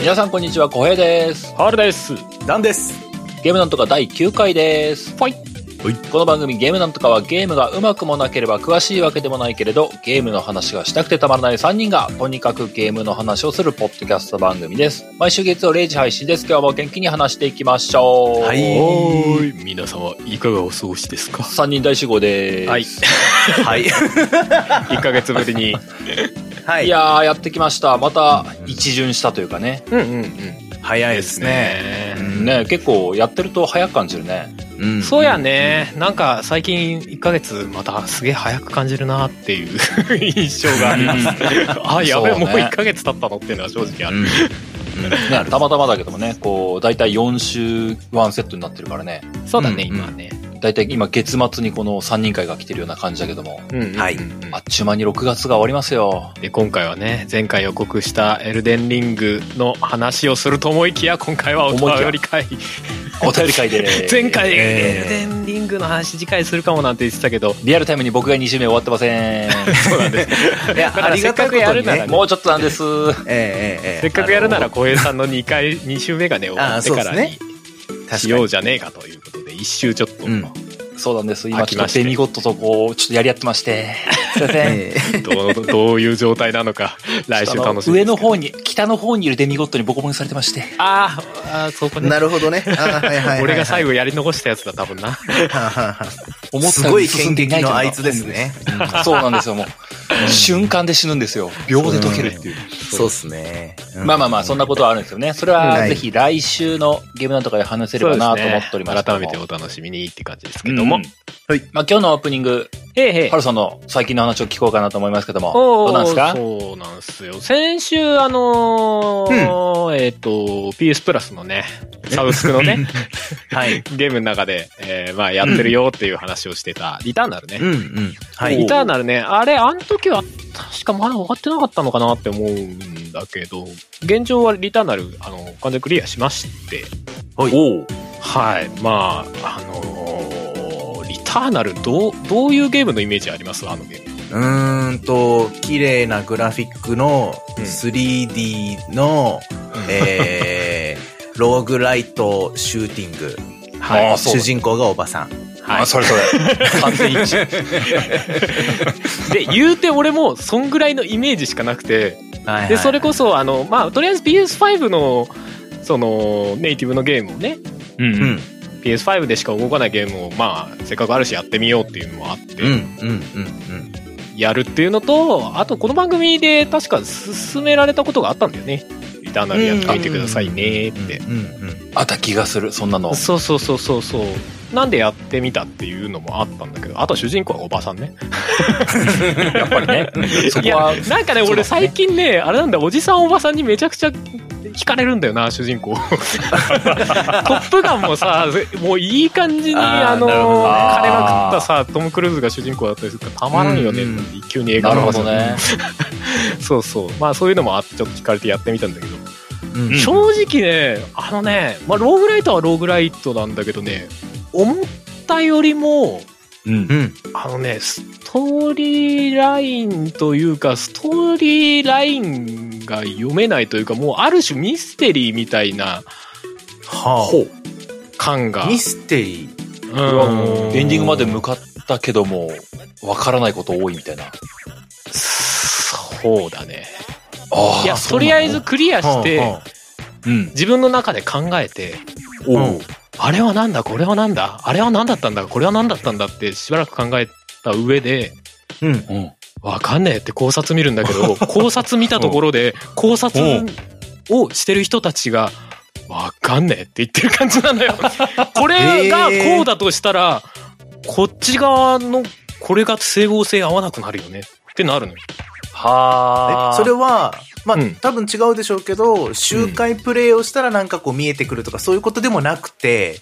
皆さんこんにちは、こへいです。ハールです。ダンです。ゲームなんとか第9回です。はいはいこの番組ゲームなんとかはゲームがうまくもなければ詳しいわけでもないけれど、ゲームの話がしたくてたまらない3人が、とにかくゲームの話をするポッドキャスト番組です。毎週月曜0時配信です。今日も元気に話していきましょう。はいおーい。皆様、いかがお過ごしですか 3人大集合です。はい。はい。 1ヶ月ぶりに。はいい。やー、やってきました。また、一巡したというかね。うんうんうん。早いですね。ねね結構、やってると早く感じるね。うんそうやね。なんか最近1ヶ月またすげえ早く感じるなっていう 印象があります。あ、やべえ、そうねもう1ヶ月経ったのっていうのは正直ある。ね、たまたまだけどもね、こう、だいたい4週ワンセットになってるからね、そうだね、うんうん今ね。だいたい今月末にこの3人会が来てるような感じだけども、うんうんうんはいあっちゅう間に6月が終わりますよ。で、今回はね、前回予告したエルデンリングの話をすると思いきや、今回はお便り会。、お便り会で 前回、エえルーデンリングの話次回するかもなんて言ってたけど、リアルタイムに僕が2週目終わってません。そうなんです。いや、ありがたくやるならね。もうちょっとなんです。ええええええせっかくやるなら小平さんの2回2週目がね終わってからあーそうでにす確かにしようじゃねえかということで1週ちょっとうんそうなんです。今飽きちょまっしとてデミゴットとこう、ちょっとやり合ってまして。 すいません。ええどう どういう状態な のか来週あ楽のしみで上すけどの方に、北の方にいるデミゴットにボコボコにされてまして。あーあーそこねなるほどね。あーはいはいはい はい俺が最後やり残したやつだ多分なははは思ったすよごりい進ん剣でい撃ないというのかあいつです。ね。そうなんですよ、も う。瞬間で死ぬんですよ。秒で溶けるっていう。そうっすね。うんまあまあまあ、そんなことはあるんですよね。それはぜひ来週のゲームなんとかで話せればなと思っております。改めてお楽しみにって感じですけども、うんまあ今日のオープニング、ええええハルさんの最近の話を聞こうかなと思いますけども、どうおなんですかそうなんですよ。先週、あのーえっ、と、PS プラスのね、サブスク のね、はい。 ゲームの中で、えーまあ、やってるよっていう話をしてた、リターナルね。うんうん。はリい。ターナルね、あれ、あの時は、確かまだ終わってなかったのかなって思うんだけど、現状はリターナル、あの、完全クリアしまして、はいおうはい、まあ、あのーリターナル、どう、どういうゲームのイメージありますあのゲーム。うーんと、綺麗なグラフィックのうん 3D の、え ー、ローグライトシューティング。あーそう主人公がおばさん。はいあ、それそれ。完全一致。で、 言うて俺も、そんぐらいのイメージしかなくて、はいはいで、それこそ、あの、まあ、とりあえず PS5 の、その、ネイティブのゲームをね、 う。うんん PS5 でしか動かないゲームを、まあ、せっかくあるしやってみようっていうのもあって、うんうんうんやるっていうのと、あとこの番組で確か勧められたことがあったんだよね。リターナルやってみてくださいねうん。って。うんうんうん。あった気がする、そんなの。そうそうそうそうそう。なんでやってみたっていうのもあったんだけど、あと主人公はおばさんね。やっぱりね。そいこやは、、なんそかね、うだね俺最近ね、あれなんだ、おじさんおばさんにめちゃくちゃ惹かれるんだよな、主人公。トップガンもさ、もういい感じに、あーあの、なるほどね枯れまくったさ、トム・クルーズが主人公だったりするからたまらんよね、うんうん急に映画なるのほ話どね。そうそう。まあそういうのもあって、ちょっと惹かれてやってみたんだけど。うんうん正直ね、あのね、まあ、ローグライトはローグライトなんだけどね、思ったよりも、うんう。ん。あのね、ストーリーラインというか、ストーリーラインが読めないというか、もうある種ミステリーみたいなは感が。あ。ミステリー。うんエンディングまで向かったけども、わからないこと多いみたいな。そうだね。ああ。いや、そとうなりのあえず、クリアして、はうん。自分の中で考えて、あはあうあれはなんだ、これはなんだ、あれは何だったんだ、これは何だったんだってしばらく考えた上で、うん。うん。うん。わかんねえって考察見るんだけ ど、考察見たところで、考察をしてる人たちが、わかんねえって言ってる感じなんだ よ。これがこうだとしたら、こっち側の、これが整合性合わなくなるよねってなるのよ。はあ。えそれは、まあ、うん多分違うでしょうけど、周回プレイをしたらなんかこう見えてくるとか、そういうことでもなくて、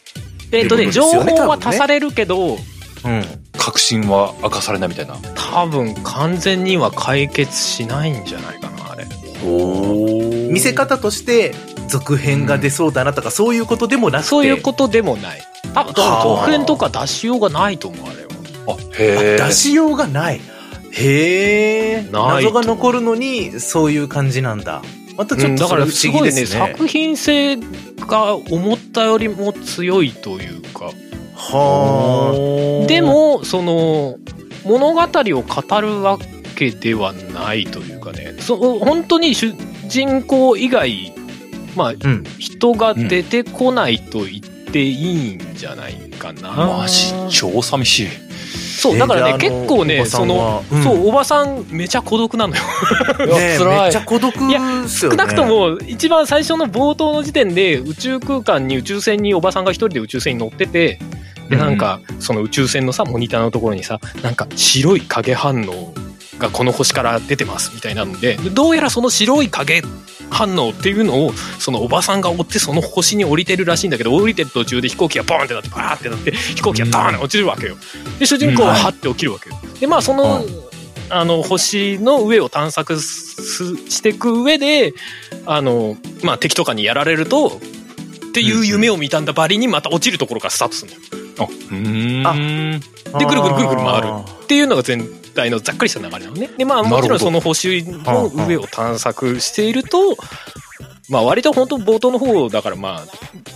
えっとね、ってことで情すよね報は多分ね足されるけど、うん。確信は明かされないみたいな。多分完全には解決しないんじゃないかな、あれ。お見せ方として、続編が出そうだなとか、そういうことでもなくて。そういうことでもない。多分、はあ続編とか出しようがないと思う、あれは。あ、へえ。出しようがない。へえ。ない謎が残るのに、そういう感じなんだ。またちうょっんとだそかれら不す思ご議いでねすね。作品性が思ったよりも強いというかはおーで、もその物語を語るわけではないというかねそ本当に主人公以外まああ。うん。人が出てこないと言っていいんじゃないかな、マジ、超寂しい。そうだかえらねーじゃああの結構おねばさそんの、はうんそうおばさんめちゃ孤独なのよねえ、辛いめっちゃ孤独っすよね。少少なくとも一番最初の冒頭の時点で宇宙空間に宇宙船におばさんが一人で宇宙船に乗っててでなんかその宇宙船のさモニターのところにさなんか白い影反応がこの星から出てますみたいなのででどうやらその白い影反応っていうのをそのおばさんが追ってその星に降りてるらしいんだけど降りてる途中で飛行機がボーンってなってバーってなって飛行機がドーンって落ちるわけよで主人公はうんはって起きるわけよでまあその、うあの星の上を探索すしていく上であの、まあ、敵とかにやられるとっていう夢を見たんだばりにまた落ちるところからスタートするんだようん。でぐるぐるぐるぐる回るあっていうのが全体のざっくりした流れなのね。でまあなるほどもちろんその星の上を探索しているとまあ割と本当冒頭の方だからまあ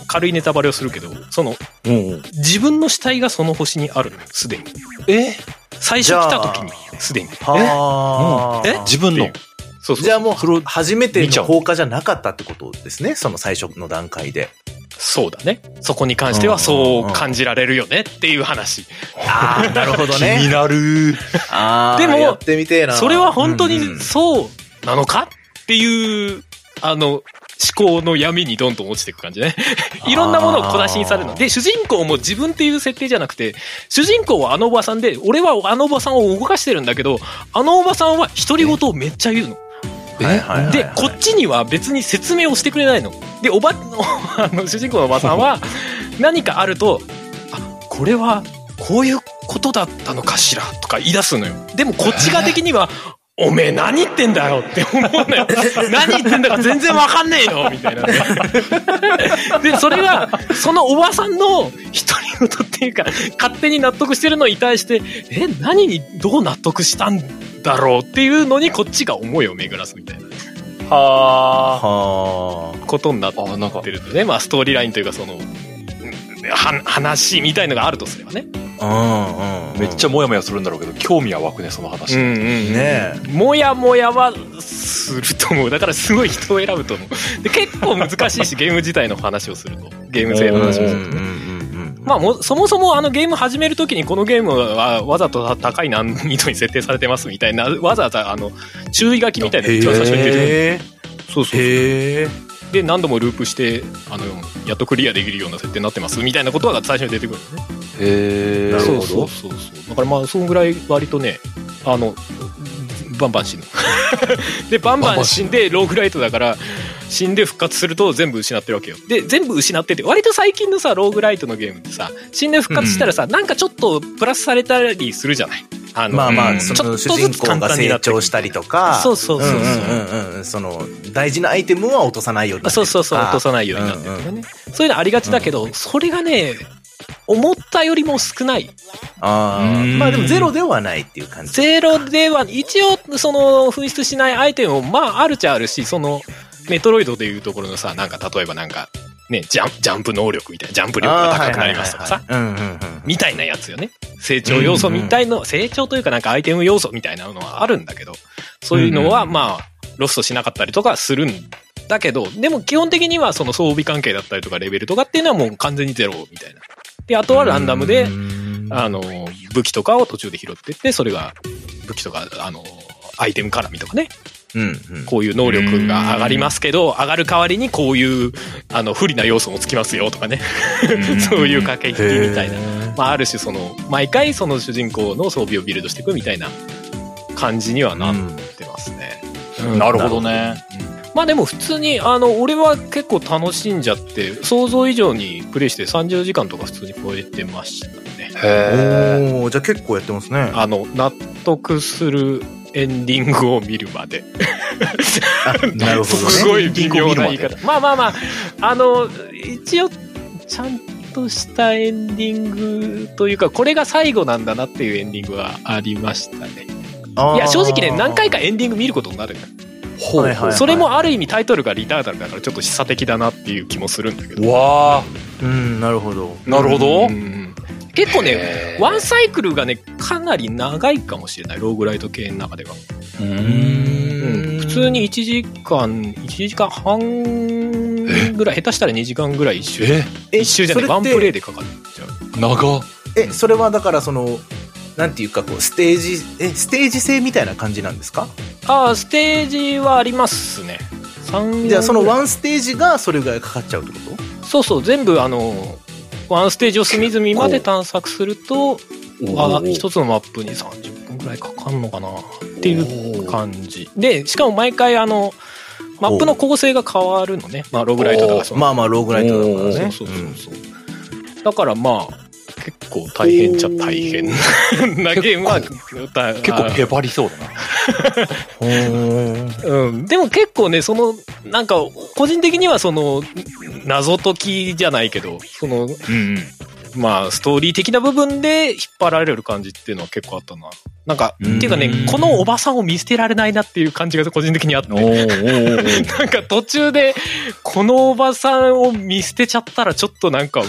軽いネタバレをするけどそのうん自分の死体がその星にあるのよすでにえ最初来た時にすでにーはあ。えうんえ自分のって。そうそうじゃあもうそれを、初めて見ちゃうの放火じゃなかったってことですね。その最初の段階で。そうだね。そこに関してはそう感じられるよねっていう話。ああ、なるほど気に ね。なる。ああ、でもやってみてえな。それは本当にうんうんそうなのかっていう、あの、思考の闇にどんどん落ちていく感 じね。いろんなものを小出しにされるの。で、主人公も自分っていう設定じゃなくて、主人公はあのおばさんで、俺はあのおばさんを動かしてるんだけど、あのおばさんは独り言をめっちゃ言うの。えはいはいはいで、こっちには別に説明をしてくれないの。で、おば、 あの、主人公のおばさん は、何かあると、あ、これは、こういうことだったのかしら、とか言い出すのよ。でも、こっち側的に は、おめえ何言ってんだよって思うのよ。何言ってんだか全然わかんねえよみたいな。 で、それが、そのおばさんの独り言っていうか、勝手に納得してるのに対して、え、何にどう納得したんだろうっていうのに、こっちが思いを巡らすみたいな。ははことになっあ、なんかて、るんでね、まあ、ストーリーラインというかそのは話みたいのがあるとすればね、あ。うんうん。めっちゃゃモヤモヤするんだろうけど、興味は湧くね、その話。んねもやもやはすると思うだからすごい人を選ぶと思うで結構難 しいしゲーム自体の話をするとゲーム性え。うのんうん話うんをすると。うんうん。まあ、もそもそもあのゲーム始めるときにこのゲームはわざと高い難易度に設定されてますみたいなわざわざあの注意書きみたいなのが一番最初に出てくるへえ。そうそへうえ。で何度もループしてあのやっとクリアできるような設定になってますみたいなことが最初に出てくるのねへえ。なるほどそうそうそうそうだからまあそんぐらい割とねあのバンバン死ぬでバンバンババンン死死んでローグライトだから死んで復活すると全部失ってるわけよで全部失ってて割と最近のさローグライトのゲームってさ死んで復活したらさ、なんかちょっとプラスされたりするじゃないあのまあまあ、うんそちょのっ主とず人つ公簡が単にな成ってく長るしたりとか、そうそうそうそうんううんうんうん、その大事なアイテムは落とさないようになってそるうとそうそうか落とさないようになってるとかね、そういうのありがちだけど、それがね思ったよりも少ないあうーんまあでもゼロではないっていう感じ。ゼロでは、一応、その、紛失しないアイテムも、まあ、あるっちゃあるし、その、メトロイドでいうところのさ、なんか、例えばなんか、ね、ジャンジャンプ能力みたいな、ジャンプ力が高くなりますとかさ、あー。はいはいはいはいうんうんうんみたいなやつよね。成長要素みたいの、成長というかなんかアイテム要素みたいなのはあるんだけど、そういうのうは、んうんまあ、ロストしなかったりとかするんだけど、でも基本的にはその装備関係だったりとかレベルとかっていうのはもう完全にゼロみたいな。で、あとはランダムでう、んあの、武器とかを途中で拾ってって、それが、武器とか、あの、アイテム絡みとかね、うんうんこういう能力が上がりますけど、上がる代わりにこういう、あの、不利な要素もつきますよとかね、そういう駆け引きみたいな。へまあ、ある種その、毎回その主人公の装備をビルドしていくみたいな感じにはーなっうんてますね。なるほどね。まあでも普通に、あの、俺は結構楽しんじゃって、想像以上にプレイして30時間とか普通に超えてましたね。へえ。おーじゃあ結構やってますね。ああの、納得するエンディングを見るまで。なるほどね。すごい微妙な言いリンクを見る方。まあまあまあ、あの、一応、ちゃんとしたエンディングというか、これが最後なんだなっていうエンディングはありましたね。まで。いや、正直ね、何回か。かエンディング見ることになる。ほうはいはいそれもある意味タイトルがリターダルだからちょっと示唆的だなっていう気もするんだけど。わあうん、なるほど。なるほど、うん結構ね、へーワンサイクルがね、かなり長いかもしれない、ローグライト系の中では。ううーんん普通。に1時間、1時間半ぐらい、下手したら2時間ぐらい一周。え一周じゃない、ワンプレイイ。でかかっちゃう。長っえ、それはだからその、なんていうかこう、ステージ、え、ステージ制みたいな感じなんですかああ、ステージはありますね。三じゃあそのワンステージがそれぐらいかかっちゃうってことそうそう、全部あの、ワンステージを隅々まで探索すると、あ一つのマップに30分ぐらいかかるのかなっていう感じ。で、しかも毎回あの、マップの構成が変わるのね。まあ、ログライトとかその。まあまあ、ローグライトだからおね。ーそうそうそうそう。だからまあ、結構大変っちゃ大変 なゲームは、結構へばりそうだなうんうん、でも結構ね、その、なんか、個人的にはその、謎解きじゃないけど、その、うんまあ、ストーリー的な部分で引っ張られる感じっていうのは結構あったな。なんか、うんっていうかね、このおばさんを見捨てられないなっていう感じが個人的にあって。おーおーおーなんか途中で、このおばさんを見捨てちゃったらちょっとなんか、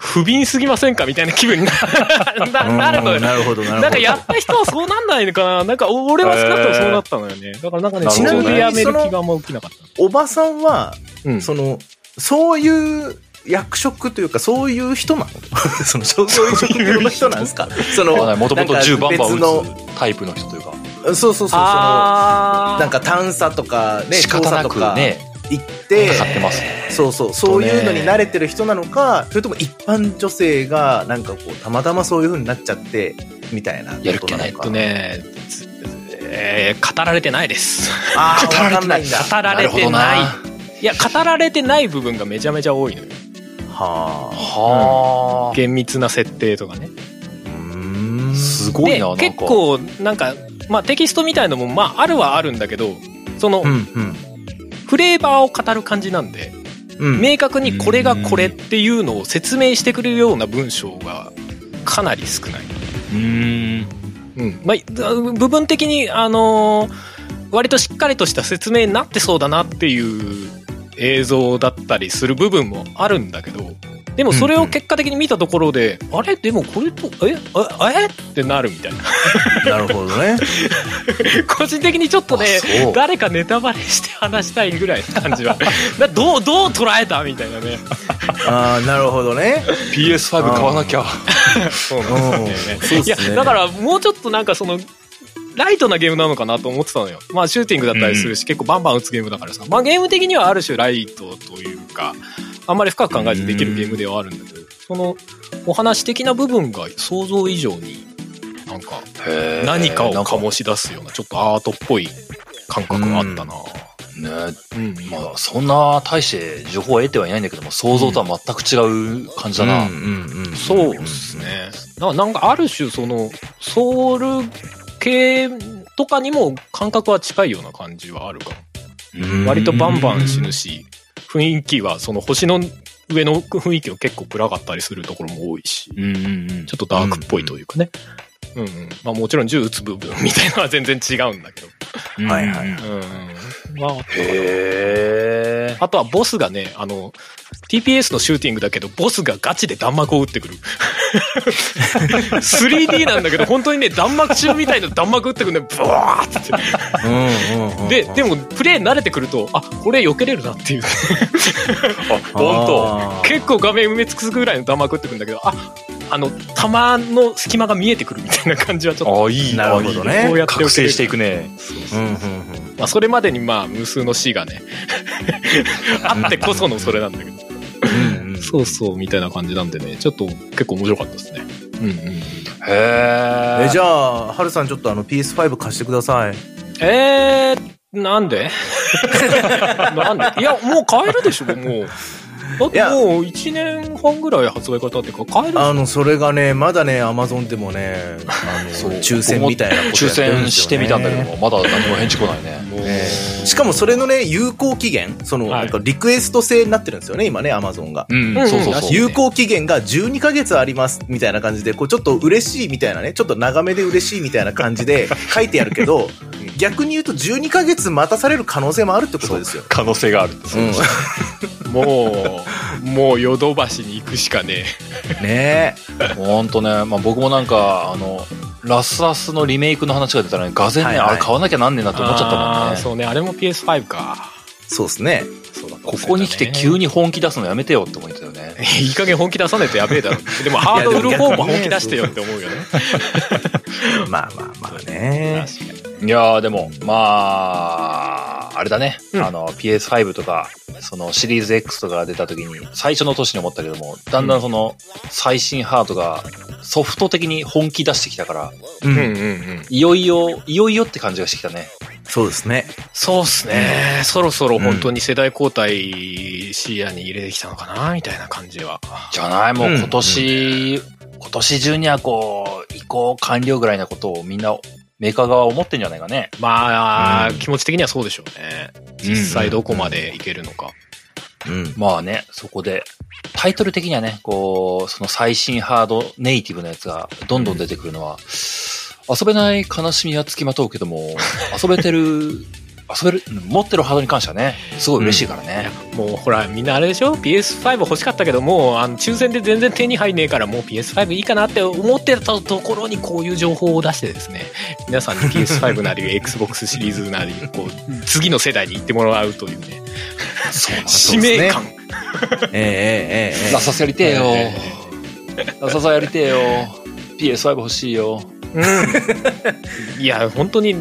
不憫すぎませんかみたいな気分にな ななるのよ。なるほど、なるほど。なんかやった人はそうなんないのかななんか俺は少なくともそうなったのよね。だからなんかね、なるほ途どね中でやめる気があんま起きなかった。おばさんは、うんその、そういう役職というか、そういう人なの その、そういう職業の人なんですかその、もともと10番番別のを打つタイプの人というかそうそうそう、その、あなんか探査とか、ね、仕調方査なとくかね行って、戦ってますそうそう、そういうのに慣れてる人なのか、それとも一般女性が、なんかこう、たまたまそういう風になっちゃって、みたいなことなやのるか。気ないえっとね、つえー語られてないです。あー、語られてないわかんないんだ。語られてない。いや、語られてない部分がめちゃめちゃ多いのよ。ははあ、厳密な設定とかね。あ。うーん。すごいななんかで結構、なんか、まあテキストみたいのも、まああるはあるんだけど、そのうん、うん。フレーバーを語る感じなんで、 うん明確にこれがこれっていうのを説明してくれるような文章がかなり少ない。うんうん。まあ、部分的に、あのー割としっかりとした説明になってそうだなっていう映像だったりする部分もあるんだけど、でもそれを結果的に見たところで、あれでもこれと、えあえってなるみたいな。 なるほどね。個人的にちょっとねあそう、誰かネタバレして話したいぐらいの感じは。などう、どう捉えたみたいなね。ああ、なるほどね。 PS5 買わなきゃそうなんうん。そうっいやすね。だからもうちょっとなんかそのライトなゲームなのかなと思ってたのよまあシューティングだったりするし、結構バンバン打つゲームだからさまあゲーム的にはある種ライトというかあんまり深く考えてできるゲームではあるんだけど、そのお話的な部分が想像以上になんかへー何かをなんか醸し出すようなちょっとアートっぽい感覚があっねたなうん、まあまあそんな大して情報を得てはいないんだけども想像とは全く違う感じだな、うんうんうん。そうですねななんかある種そのソウル系とかにも感覚は近いような感じはあるかもうん。割とバンバン死ぬし、雰囲気は、その星の上の雰囲気は結構暗かったりするところも多いし、うんうんうんちょっとダークっぽいというかね。うんうん。まあもちろん銃撃つ部分みたいなのは全然違うんだけど。うんはいはいうんうん。まあ、へえあとはボスがね、あの、TPS のシューティングだけど、ボスがガチで弾幕を撃ってくる。3D なんだけど、本当にね、弾幕中みたいな弾幕撃ってくるんで、ブワーって。うんうんうんうん。で、でも、プレイ慣れてくると、あ、これ避けれるなっていう。あ本当あー結構画面埋め尽くすぐらいの弾幕打ってくるんだけど、あ、あの、弾の隙間が見えてくるみたいな感じはちょっと。あいいなるほどねこうやって覚醒していくねうんうんうん。まあ、それまでにまあ、無数の死がね、 あってこそのそれなんだけど。うんうんそうそう、みたいな感じなんでね、ちょっと結構面白かったですね。うんうん。へええじゃあ、はるさんちょっとあの PS5 貸してください。えー、なんで なんでいや、もう買えるでしょ、もう。だっいてやもう1年半ぐらい発売から経ってから買えるでしょあの、それがね、まだね、アマゾンでもね、あの、そう抽選みたいなこと抽やってるん選ですよ、ね。してみたんだけどもまだ何も返事来ないねもうねしかもそれのね、有効期限、その、はいなんかリクエスト制になってるんですよね、今ね、アマゾンが。うん、うんそうそうそうね有効期限が12ヶ月あります、みたい な感じで、こう、ちょっと嬉しいみたいなね、ちょっと長めで嬉しいみたいな感じで書いてやるけど、逆に言うと12ヶ月待たされる可能性もあるってことですよ。可能性がある。うん、もう、もうヨドバシに行くしかねねほんとね、まあ、僕もなんか、あの、ラスアスのリメイクの話が出たらね、がぜんね、はいはいあれ買わなきゃなんねえなえ。って思っちゃったもんあーね。そうね、あれも PS5 か。そうですね。そうだったここに来て急に。に本気出すのやめてよって思ってたよね。いい加減本気出さねえとやべえだ ろ。でもハード売る方も本気出してよって思うよね。まあまあまあね。確かいにやーでも、まあ、あれだね。うんあの、PS5 とか、そのシリーズ X とかが出た時に、最初の年に思ったけども、だんだんその、最新ハードがソフト的に本気出してきたから、ううんん。うんうん。いよいよ、いよいよって感じがしてきたね。そうですね。そうっすね。そろそろ本当に世代交代視野に入れてきたのかな、みたいな感じは。じゃないもううん今年、今年中にはこう、移行完了ぐらいなことをみんな、メーカー側は思ってんじゃないかね。まあ、うん気持ち的にはそうでしょうね。実際どこまでいけるのか。うん。まあね、そこで、タイトル的にはね、こう、その最新ハードネイティブのやつがどんどん出てくるのは、遊べない悲しみはつきまとうけど も、遊べてる、遊べる、うん持ってるハードに関してはね、すごい嬉しいからいやね。もうほらみんなあれでしょ PS5 欲しかったけどもうあの抽選で全然手に入んねえからもう PS5 いいかなって思ってたところにこういう情報を出してですね皆さんに PS5 なり XBOX シリーズなりこう次の世代に行ってもらうというねそうなんだ使命感えええええラサスやりてえよ。えラサスやりてえよ。PS5 欲しいよ。うん いや本当に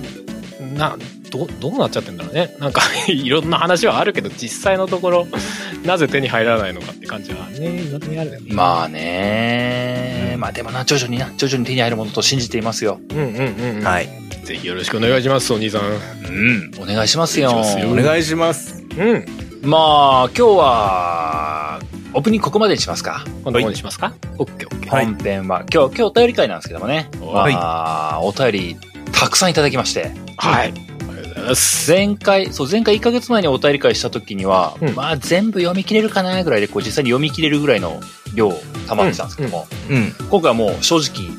などどうなっちゃってんだろうねなんか いろんな話はあるけど実際のところ なぜ手に入らないのかって感じはねいろいろあるよねまあね、うんまあでもな、徐々にな、徐々に手に入るものと信じていますよ。うんうんうん、うえん、はい。ぜひよろしくお願いしますお兄さんうん。お願いしますよ。お願いしますよお願いします。うんまあ、今日は、オープニングここまでにしますか。今度ここにしますかオッケーオッケーはい本編は、今日、今日お便り会なんですけどもね。はいまあ、お便り、たくさんいただきまして。はいありがとうございます前回、そう、前回1ヶ月前にお便り会した時には、うんまあ、全部読み切れるかなぐらいで、こう、実際に読み切れるぐらいの量、溜まってたんですけども、うん。今回はもう、正直、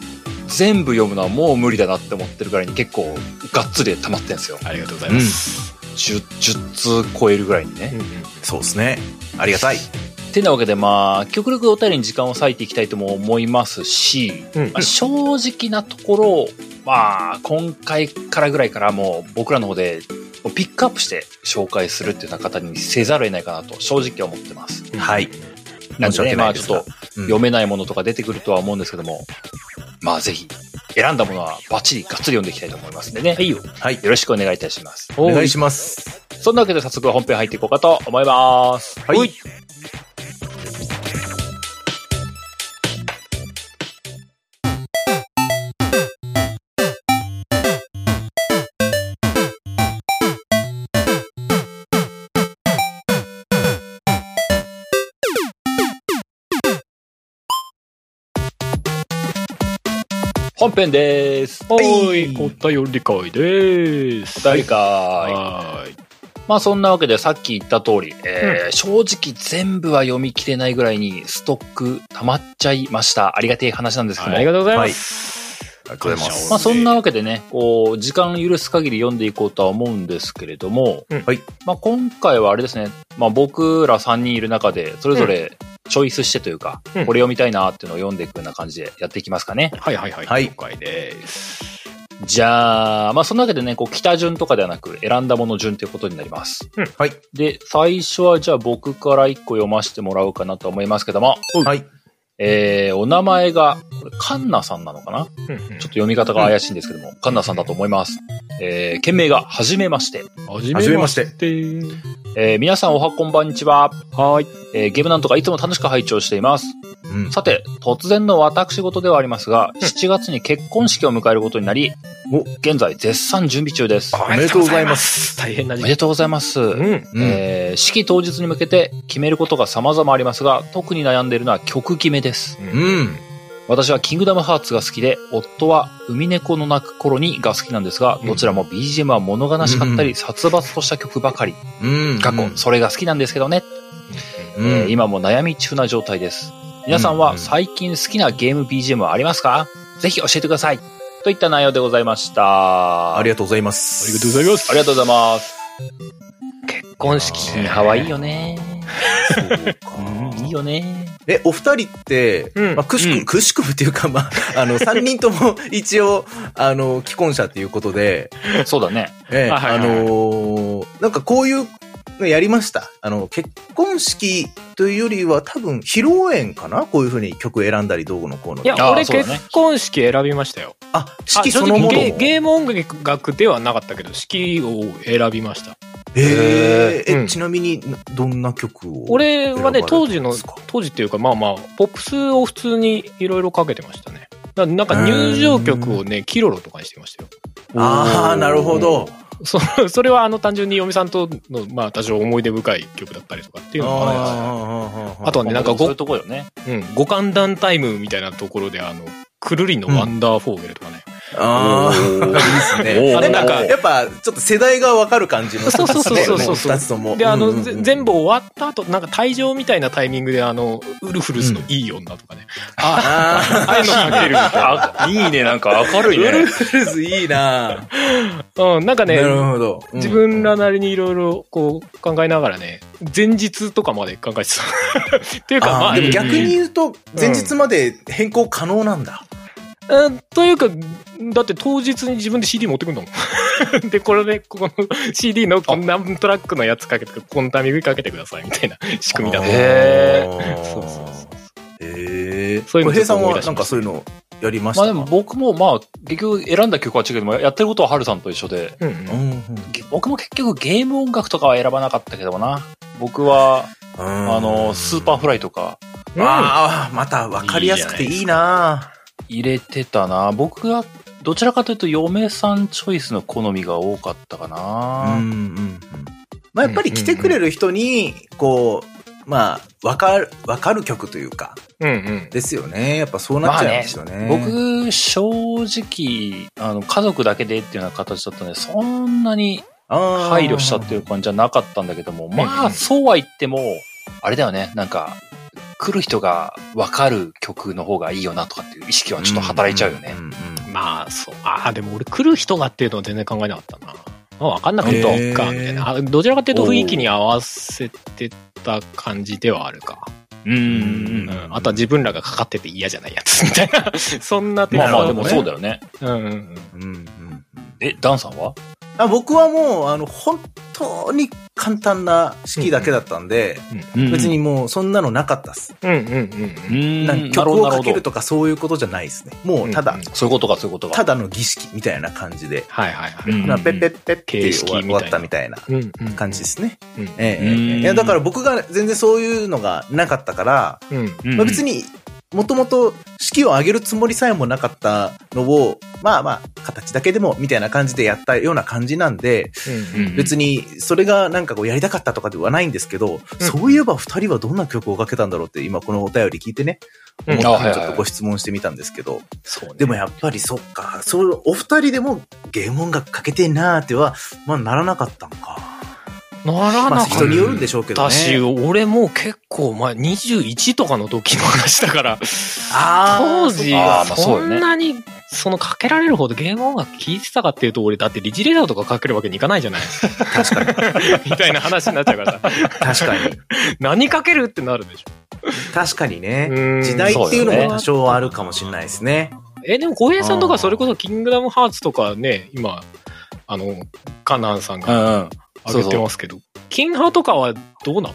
全部読むのはもう無理だなって思ってるぐらいに結構、がっつり溜まってんですよ。ありがとうございます、 10、10通超えるぐらいにね。うんうんそうですね。ありがたい。てなわけでまあ極力お便りに時間を割いていきたいとも思いますし、うんまあ、正直なところまあ今回からぐらいからもう僕らの方でピックアップして紹介するっていうような方にせざるを得ないかなと正直思ってます。はい。なんでね、申し訳まなあいでちょっすとが読めないものとか出てくるとは思うんですけども、まあぜひ選んだものはバッチリガッツリ読んでいきたいと思いますんでね。はいよ。はい。ろしくお願いいたします。お願いします。そんなわけで早速本編入っていこうかと思います。はいおい本編です。おいお便り会です誰かい。はーいまあそんなわけでさっき言った通り、えー正直全部は読み切れないぐらいにストック溜まっちゃいました。ありがてえ話なんですけどありも。がとうございます、ありがとうございます。まあそんなわけでね、こう、時間許す限り読んでいこうとは思うんですけれども、うんはいまあ今回はあれですね、まあ僕ら3人いる中で、それぞれチョイスしてというか、うんこれ読みたいなっていうのを読んでいくような感じでやっていきますかね。はいはいはい、はい了解ですじゃあ、まあそんなわけでね、こう、来た順とかではなく、選んだもの順ということになります。はい。で、最初はじゃあ僕から一個読ませてもらおうかなと思いますけども、はい。えー、お名前が、これ、カンナさんなのかなちょうんうんっと読み方が怪しいんですけども、カンナさんだと思います。えー、件名が、はじめまして。はじめましてえー、皆さんおはこんばんにちは。はーいえー、ゲームなんとかいつも楽しく拝聴しています。うん。さて、突然の私事ではありますが、7月に結婚式を迎えることになり、お現在絶賛準備中です。おめでとうございます大変なお時め期でとうございます。うんうんえー式当日に向けて決めることが様々ありますが、特に悩んでいるのは曲決めです。うん。私はキングダムハーツが好きで、夫は海猫の泣く頃にが好きなんですが、うんどちらも BGM は物悲しかったうんうり、殺伐とした曲ばかり。うん。過去、それが好きなんですけどね、うん。えー今も悩み中な状態です。皆さんうはん最近好きなゲーム BGM はありますかぜひ教えてください。といった内容でございました。ありがとうございます。ありがとうございますありがとうございます。結婚式、ねハワイいよね。うんいいよね。え、お二人って、うんまあ、くしく、うんくしくもっていうか、まあ、あの、三人とも一応、あの、既婚者っていうことで、そうだね。ええはいはいはいあのーなんかこういうのやりました。あの、結婚式というよりは多分、披露宴かなこういうふうに曲選んだり、どうのこうの。いやあー俺そうだね結婚式選びましたよあ、あ式そのものを。正直ゲゲーム音楽ではなかったけど式を選びましたえーうんえ、ちなみに、などんな曲を俺はね選ばれたん当時のですか当時っていうかまあまあポップスを普通にいろいろかけてましたねななんか入場曲をねキロロとかにしてましたよああ、なるほど。そ それはあの単純に嫁さんとのまあ多少思い出深い曲だったりとかっていうのもあるんですよあーあとはねなんそうかいごうとこよね。うん、五感団タイムみたいなところであのくるりのワンダーフォーゲルとかね、あ あ、いいですおね。ーあれなんおか、ーやっぱ、ちょっと世代がわかる感じの、そうそうそうそうそうも二つとも。であの、うんうんうんぜ全部。終わった後なんか退場みたいなタイミングであのウルフルスのいい女とかね、ああああいうのかけるみたいあいいね、なんか明 るいーウルね。フルズいいなな、うん、なんかねなるほど。うん自分らなりにいろいろこう考えながらね前日とかまで考えてた っていうかまああーでも逆に言うと、前日まで変更可能なんだ。うんというかだって当日に自分で CD 持ってくんだもん でこれでここの CD のこんなトラックのやつかけてこのタイミングかけてくださいみたいな仕組みだったへーそうそうそうへえ。そういうの小平さんちょっと思いはな出しましたんかそういうのやりまし まあたでかも僕もまあ結局選んだ曲は違うけどもやってることはハルさんと一緒でうんううんんうん僕も結局ゲーム音楽とかは選ばなかったけどもな僕はあのスーパーフライとかああ、また分かりやすくていいな入れてたな僕はどちらかというと嫁さんチョイスの好みが多かったかうんな、うんうんまあやっぱり来てくれる人に、こう、まあ、わかる、わかる曲というか、うんうんですよね。やっぱそうなっちゃいますよね。僕正直あの家族だけでっていうような形だったのでそんなにあー配慮したっていう感じじゃなかったんだけどもまうんうあんそうは言ってもあれだよねなんか来る人が分かる曲の方がいいよなとかっていう意識はちょっと働いちゃうよね、んんんまあそうああでも俺来る人がっていうのは全然考えなかったな、まあ、分かんなくてへいーいかみたいなあどちらかというと雰囲気に合わせてた感じではあるか、うんうんあとは自分らがかかってて嫌じゃないやつみたいな そんな手まあまあなでるほもどねそうだよね。うんうんうんうんうんうんえ、ダンさんはあ僕はもう、あの、本当に簡単な式だけだったんで、別。にもうそんなのなかったっす。うんうんうんうなんんか曲をかけると。とかそういうことじゃないですね。もうただうんうん、そういうことか、そういうことたか。だの儀式みたいな感じで、はいはいはうい、んまあペッペッペッって形終式わみたいな終わったみたいなうんうん、感じですね。うんええうんええいや、だから僕が全然そういうのがなかったから、うんうんまあ、別に、もともと式を上げるつもりさえもなかったのを、まあまあ、形だけでも、みたいな感じでやったような感じなんで、うん別に、それがなんかこうやりたかったとかではないんですけど、そういえば二人はどんな曲をかけたんだろうって、今このお便り聞いてね、うん思っあはいはたんいでちょっとご質問してみたんですけど、そうねでもやっぱりそっか、そう、お二人でもゲーム音楽かけてんなーっては、まあならなかったんか。ならまなあかった人によるんでしょうけどね。私俺もう結構前21とかの時の話だからあー当時あーまあそうそよねんなにそのかけられるほどゲーム音楽聴いてたかっていうと俺だってリジレーダーとかかけるわけにいかないじゃない確かに、 みたいな話になっちゃうからさ確かに。 何かけるってなるでしょ確かにね。うん時代っていうのそうよもね多少あるかもしれないですね。えでも浩平さんとかそれこそ「キングダムハーツ」とかね今あのカナンさんうがんうん。上げてますけどキンハーとかはどうなの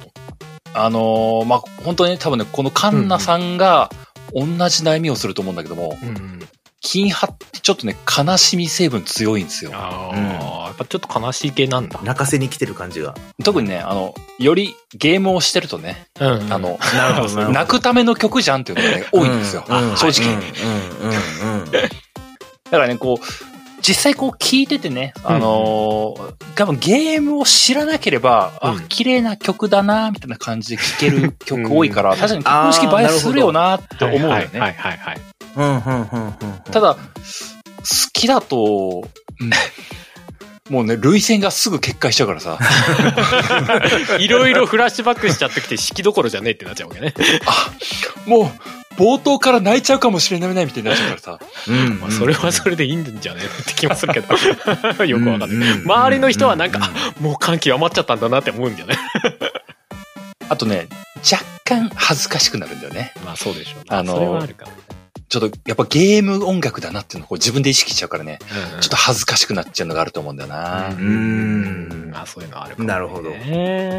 あのー、まあ、本当にね多分ね、このカンナさんが同じ悩みをすると思うんだけども、うん金派ってちょっとね、悲しみ成分強いんですよ。あうんあやっぱちょっと悲しい系なんだ泣かせに来てる感じが。特にね、あの、よりゲームをしてるとね、うんあの、なるほど泣くための曲じゃんっていうのがね、多いんですよ。うん正直。うんうんうんうん。だからね、こう、実際こう聞いててね、あのー多分ゲームを知らなければ、うんあ、綺麗な曲だな、みたいな感じで聴ける曲多いから、確かに結婚あー式映えなるほどするよなって思うよね。はいはいはいはいうんうんうんうんただ、好きだと、 もうね、涙腺がすぐ決壊しちゃうからさ、いろいろフラッシュバックしちゃってきて、式どころじゃねえってなっちゃうわけね。もう、冒頭から泣いちゃうかもしれないみたいになっちゃうからさ。うんまあ、それはそれでいいんじゃないって気もする けどよくわかんない周りの人はなんかもう感極まっちゃったんだなって思うんじゃないあとね、若干恥ずかしくなるんだよね。まあそうでしょう、あのーそれはあるかも、ちょっとやっぱゲーム音楽だなっていうのをこう自分で意識しちゃうからね、ちょっとと恥ずかしくなっちゃうのがあると思うんだよな。ううんんまあそういうのあるかも、ね、なるほど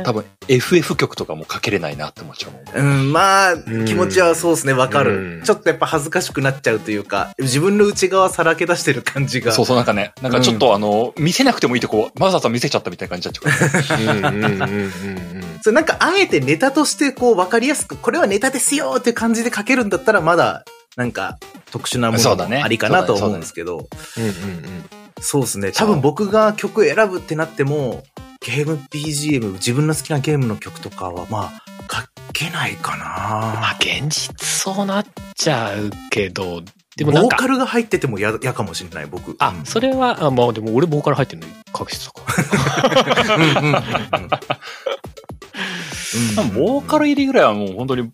多分 FF 曲とかもかけれないなって思っちゃうもん。うん、まあ、ん気持ちはそうですね、わかうるん。ちょっとやっぱ恥ずかしくなっちゃうというか、自分の内側さらけ出してる感じが。そうそう、なんかね、なんかちょっとあの、見せなくてもいいとこ、わざわざ見せちゃったみたいな感じになっちゃうから。うんうんうんうんうんそれなんか、あえてネタとして、こう、わかりやすく、これはネタですよっていう感じで書けるんだったら、まだ、なんか、特殊なもそのうだねもありかなとそうだね思うんですけど、うんうんうんそうですね。多分僕が曲選ぶってなっても、ゲーム BGM、自分の好きなゲームの曲とかは、まあ、書けないかまあな現実そうなっちゃうけどでもなんボーかカルが入ってても嫌嫌かもしれない、僕。あうんそれはあまあでも俺ボーカル入ってるのに隠して たかうんうん うんうん多分ボーカル入りぐらいはもう本当に、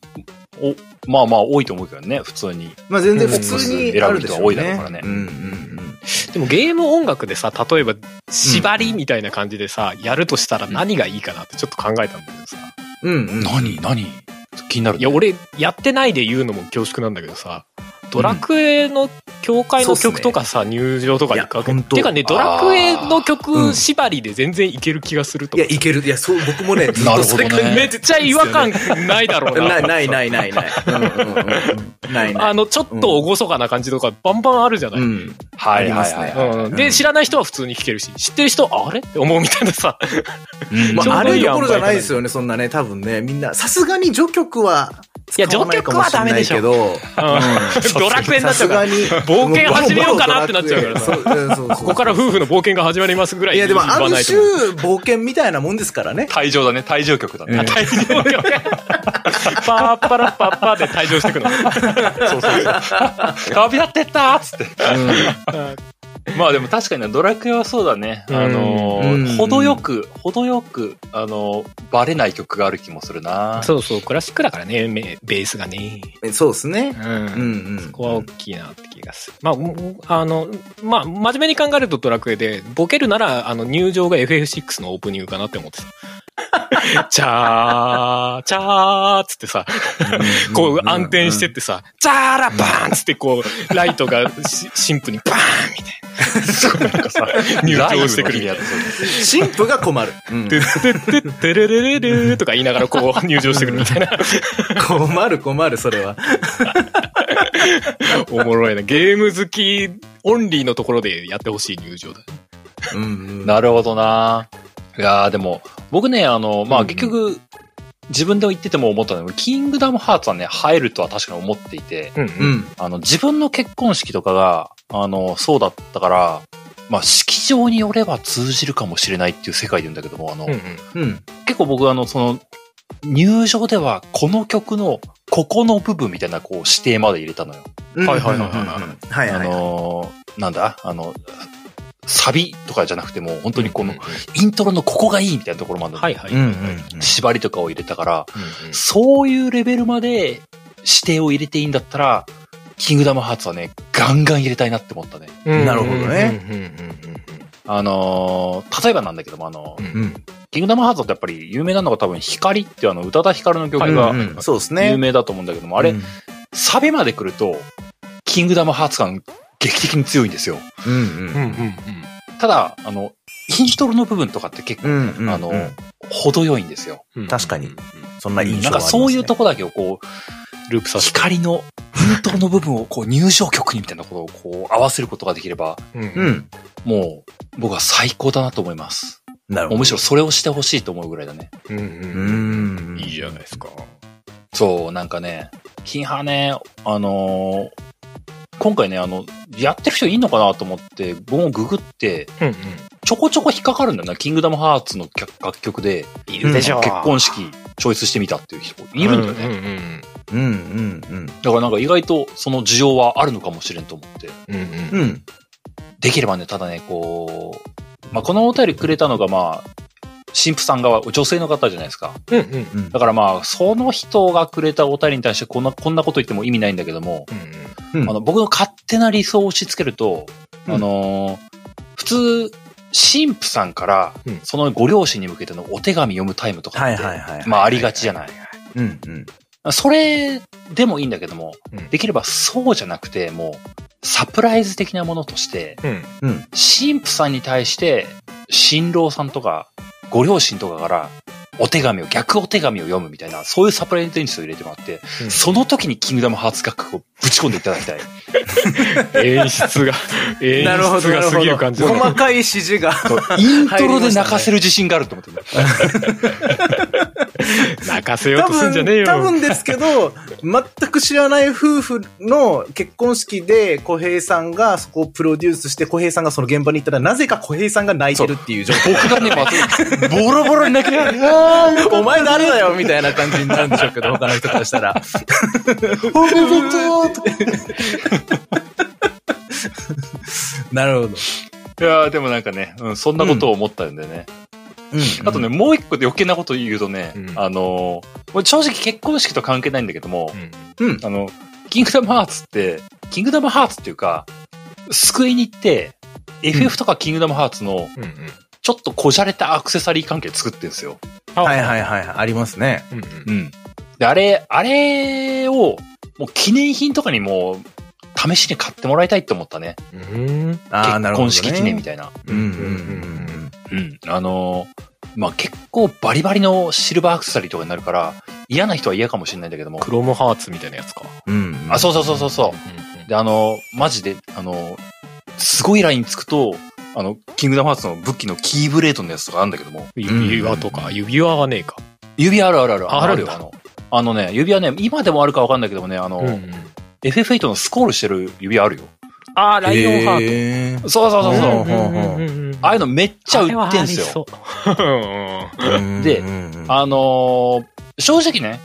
お、まあまあ多いと思うけどね、普通に。まあ全然普通にあるでし選ぶ人ょうね。は多いだろうからねうんうんでもゲーム音楽でさ例えば縛りみたいな感じでさ、やるとしたら何がいいかなってちょっと考えたんだけどさ、うん。うんうん。何何気になるいや、俺、やってないで言うのも恐縮なんだけどさ、ドラクエの教会の曲とかさ、入場とかにかけいやほんとてかね、ドラクエのあ曲ー縛りで全然いける気がするとい思や、う。いける。いや、そう、僕も ね、ずっなるとほそどれね考えめっちゃ違和感ないだろう なな。いないないないない。うんうんうんないない。あの、ちょっと厳かな感じとかバンバンあるじゃなうい。ん。はあいりはいますねはい。うん、うで、ん知らない人は普通に聴けるし、知ってる人、あれって思うみたいなさ。まちょうあ、あどいれい塩梅どころじゃないですよね、そんなね、多分ね、みんな、さすがに序曲は、いや、上曲はダメでしけょ。ど、うん ドラクエになさすっちゃうから。がに、冒険始めようかなってなっちゃうからさそううんそうそうここから夫婦の冒険が始まりますぐらいいや、でも、言わあるないと種思う、冒険みたいなもんですからね。退場だね、退場曲だね。退場よ。パーッパラッパッパーで退場してくの。そうそうそう。旅立ってったーっつって。まあでも確かにねドラクエはそうだね。うんあのーうん程よく、程よく、あのーバレない曲がある気もするな。そうそう、クラシックだからね、めベースがね。うんそうですね。ううんん。うん。そこは大きいなって気がする。まあ、うんあの、まあ、真面目に考えるとドラクエで、ボケるなら、あの、入場が FF6 のオープニングかなっ て思ってた。チャー、チャーっつってさ、こう暗転してってさ、チャーラバーンっつってこう、ライトがし神父にバーンみたいな。すごいなんかさ、入場してくラるイブの時にやってそうです神父が困る。うんてってってってれれれれとか言いながらこう入場してくるみたいな。困る困る、それは。おもろいな。ゲーム好きオンリーのところでやってほしい入場だ。うんうんなるほどな。いやーでも、僕ね、あの、まうんあうん結局、自分で言ってても思ったのがキングダムハーツはね、入るとは確かに思っていて、うんう。ん。あの、自分の結婚式とかが、あの、そうだったから、まあ、式場によれば通じるかもしれないっていう世界で言うんだけども、あの、うんうん。うん。結構僕はあの、その、入場ではこの曲のここの部分みたいなこう指定まで入れたのよ。うんはいはいはいはあい。はいはいはい。のーなんだあの、サビとかじゃなくても、本当にこのうんイントロのここがいいみたいなところまで、はいはい。うんうんうん縛りとかを入れたから、うんそういうレベルまで指定を入れていいんだったら、キングダムハーツはね、ガンガン入れたいなって思ったね。うんなるほどね。あのー例えばなんだけども、あの、うんうんキングダムハーツってやっぱり有名なのが多分光っていうあの、宇多田ヒカルの曲うがんうんそうですね。有名だと思うんだけども、あれ、うんサビまで来ると、キングダムハーツ感劇的に強いんですよ。うんうんうんうん。ただ、あの、イントロの部分とかって結う構、ん。うんあの、程よいんですよ。うん確かに。そんななん印象はありますねかそういうとこだけをこう、ループさせて。光のイントロの部分をこう入場曲にみたいなことをこう合わせることができれば、う。うんん。もう僕は最高だなと思います。なるもほうどむ。しろそれをしてほしいと思うぐらいだね。ううんうんん。いいじゃないですか。そう、なんかね、金派ね、あのー今回ね、あの、やってる人いんのかなと思って、僕もググって、うんうん。ちょこちょこ引っかかるんだよな。キングダムハーツの曲楽曲で、いるでしあの結婚式チョイスしてみたっていう人いるんだよね。ね。うんうんうん。だからなんか意外とその需要はあるのかもしれんと思って。うんうんうん。うん。できればね、ただね、こう、まあ、このお便りくれたのが、まあ、神父さん側、女性の方じゃないですか。うんうん。うんだからまあ、その人がくれたお便りに対してこんな、こんなこと言っても意味ないんだけども、うんあの、僕の勝手な理想を押し付けると、うんあのー普通、神父さんからうん、そのご両親に向けてのお手紙読むタイムとかはっいて、はいはい。まあありがちじゃない。うんうん。それでもいいんだけども、うんできればそうじゃなくて、もう、サプライズ的なものとして、うん。うん。神父さんに対して、新郎さんとか、ご両親とかから、お手紙を、逆お手紙を読むみたいな、そういうサプライズテニスを入れてもらって、うんその時にキングダムハーツ楽曲をぶち込んでいただきたい。演出が、演なるほど出ながるすほぎる感じど。だな細かい指示が。イントロで泣かせる自信があると思 ってる。泣かせよう多とすんじゃねえ分、よ。多分ですけど、全く知らない夫婦の結婚式で小平さんがそこをプロデュースして小平さんがその現場に行ったらなぜか小平さんが泣いてるっていう状僕がね、まあ、ボロボロに泣きながら、況。お前誰だよみたいな感じになるんでしょうけど、他の人からしたら。おめでとうとなるほ ど。いやーでもなんかね、うん、そんなことを思ったんでね。あとね、、もう一個で余計なこと言うとね、うんあのーもう正直結婚式と関係ないんだけどもう、んうん。あの、キングダムハーツって、キングダムハーツっていうか、救いに行って、FF とかキングダムハーツの、うんちょっとこじゃれたアクセサリー関係作ってるんですよ。うん。はいはいはい。ありますね。うんうん。うん。で、あれ、あれを、もう記念品とかにもう、試しに買ってもらいたいって思ったね。うん。ああ、結なるほど。婚式記念みたたいな。いな。うんうんうん。あのーまあ、結構バリバリのシルバーアクセサリーとかになるから、嫌な人は嫌かもしれないんだけどもク。ロムハーツみたいなやつか。うんうん。あ、そうそうそうそうそうう。んうんで、あの、マジで、あの、すごいラインつくと、あの、キングダムハーツの武器のキーブレードのやつとかあるんだけども、指輪とか、指輪はねえか。指輪あるあるある。ああるんよ、だあの。あのね、指輪ね、今でもあるかわかんないけどもね、あの、FF8 のスコールしてる指輪あるよ。ああ、ライオンハーーそうそうそうそう。うんあうんあいうのめっちゃ売ってんすよ。よ。うんトであ、あのー正直ね、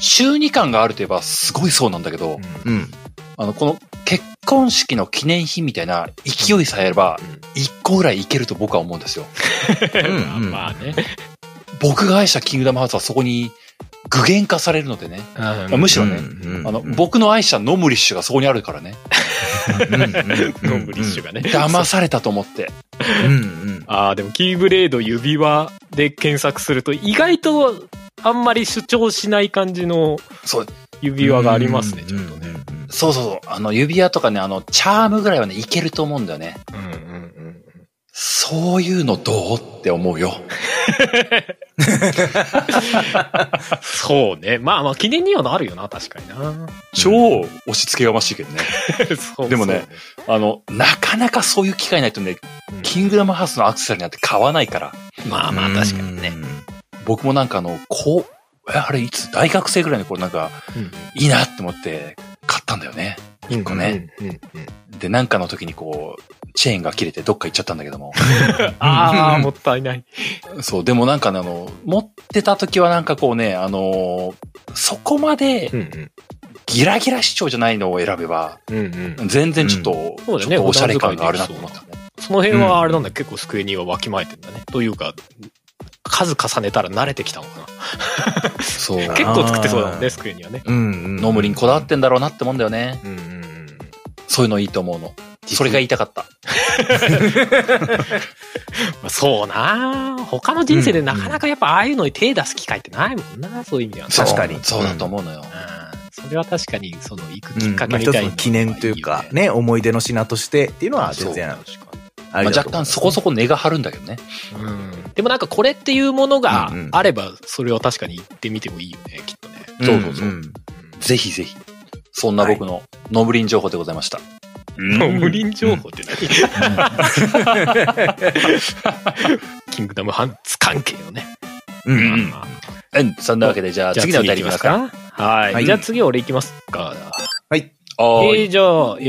中二感があるといえばすごいそうなんだけど、うん。あの、この結婚式の記念品みたいな勢いさえあれば、一個ぐらいいけると僕は思うんですよ。うんうんまあね。僕が愛したキングダムハーツはそこに具現化されるのでね。うんむしろね、うんあの、、僕の愛したノムリッシュがそこにあるからね。ノンブリッシュがね。騙されたと思って。うんああ、でもキーブレード指輪で検索すると意外とあんまり主張しない感じのそう、指輪がありますね、ちょっとね。。そうそうそう。あの、指輪とかね、あの、チャームぐらいはね、いけると思うんだよね。うんうんそういうのどうって思うよ。うん。そうね。まあまあ記念にはなるよな、確かに な。超押し付けがましいけどね。そうでもね、あの、なかなかそういう機会ないとね、キングダムハーツのアクセサリーなんて買わないから、まあまあ確かにね。。僕もなんかあの、こう、えあれいつ大学生ぐらいの頃なんか、いいなって思って買ったんだよね。一個ね。うんうんうんで、なんかの時にこう、チェーンが切れてどっか行っちゃったんだけ ども。ああ、もったいない。そう、でもなんかね、あの、持ってた時はなんかこうね、あのーそこまでうんうんギラギラ主張じゃないのを選べば、うんうん。全然ちょっと、そうだよねちょっとおしゃれ感があるなと思ったね。その辺はあれなんだ、結構机にはわきまえてんだね。というか、数重ねたら慣れてきたのかな。そう。結結構、構作ってそうだもんね、机にはね。うん。ノムリンこだわってんだろうなってもんだよね。うんうんうん。そういうのいいと思うの。それが言いたかった。まあ、そうなあ他の人生でなかなかやっぱああいうのに手出す機会ってないもんな、そういう意味ではね。確かにそうそうだと思うのよ。うんそれは確かに、その、行くきっかけまあみ一つたいな、の記念というか、ね、思い出の品としてっていうのは全然あまりあ、若干そこそこ根が張るんだけどね。うん。でもなんかこれっていうものがうんうんあれば、それは確かに行ってみてもいいよね、きっとね。こそうそうそうぜひぜひ。そんな僕のノムリン情報でございました。もう無輪情報って何キングダムハンツ関係のね。うんうんまあうん、そんなわけで、じゃあじゃあ次次のおお便便りりいいききまますすか。か。はい、はいじゃあ次俺いきますか。はい。おえー、じゃあ、え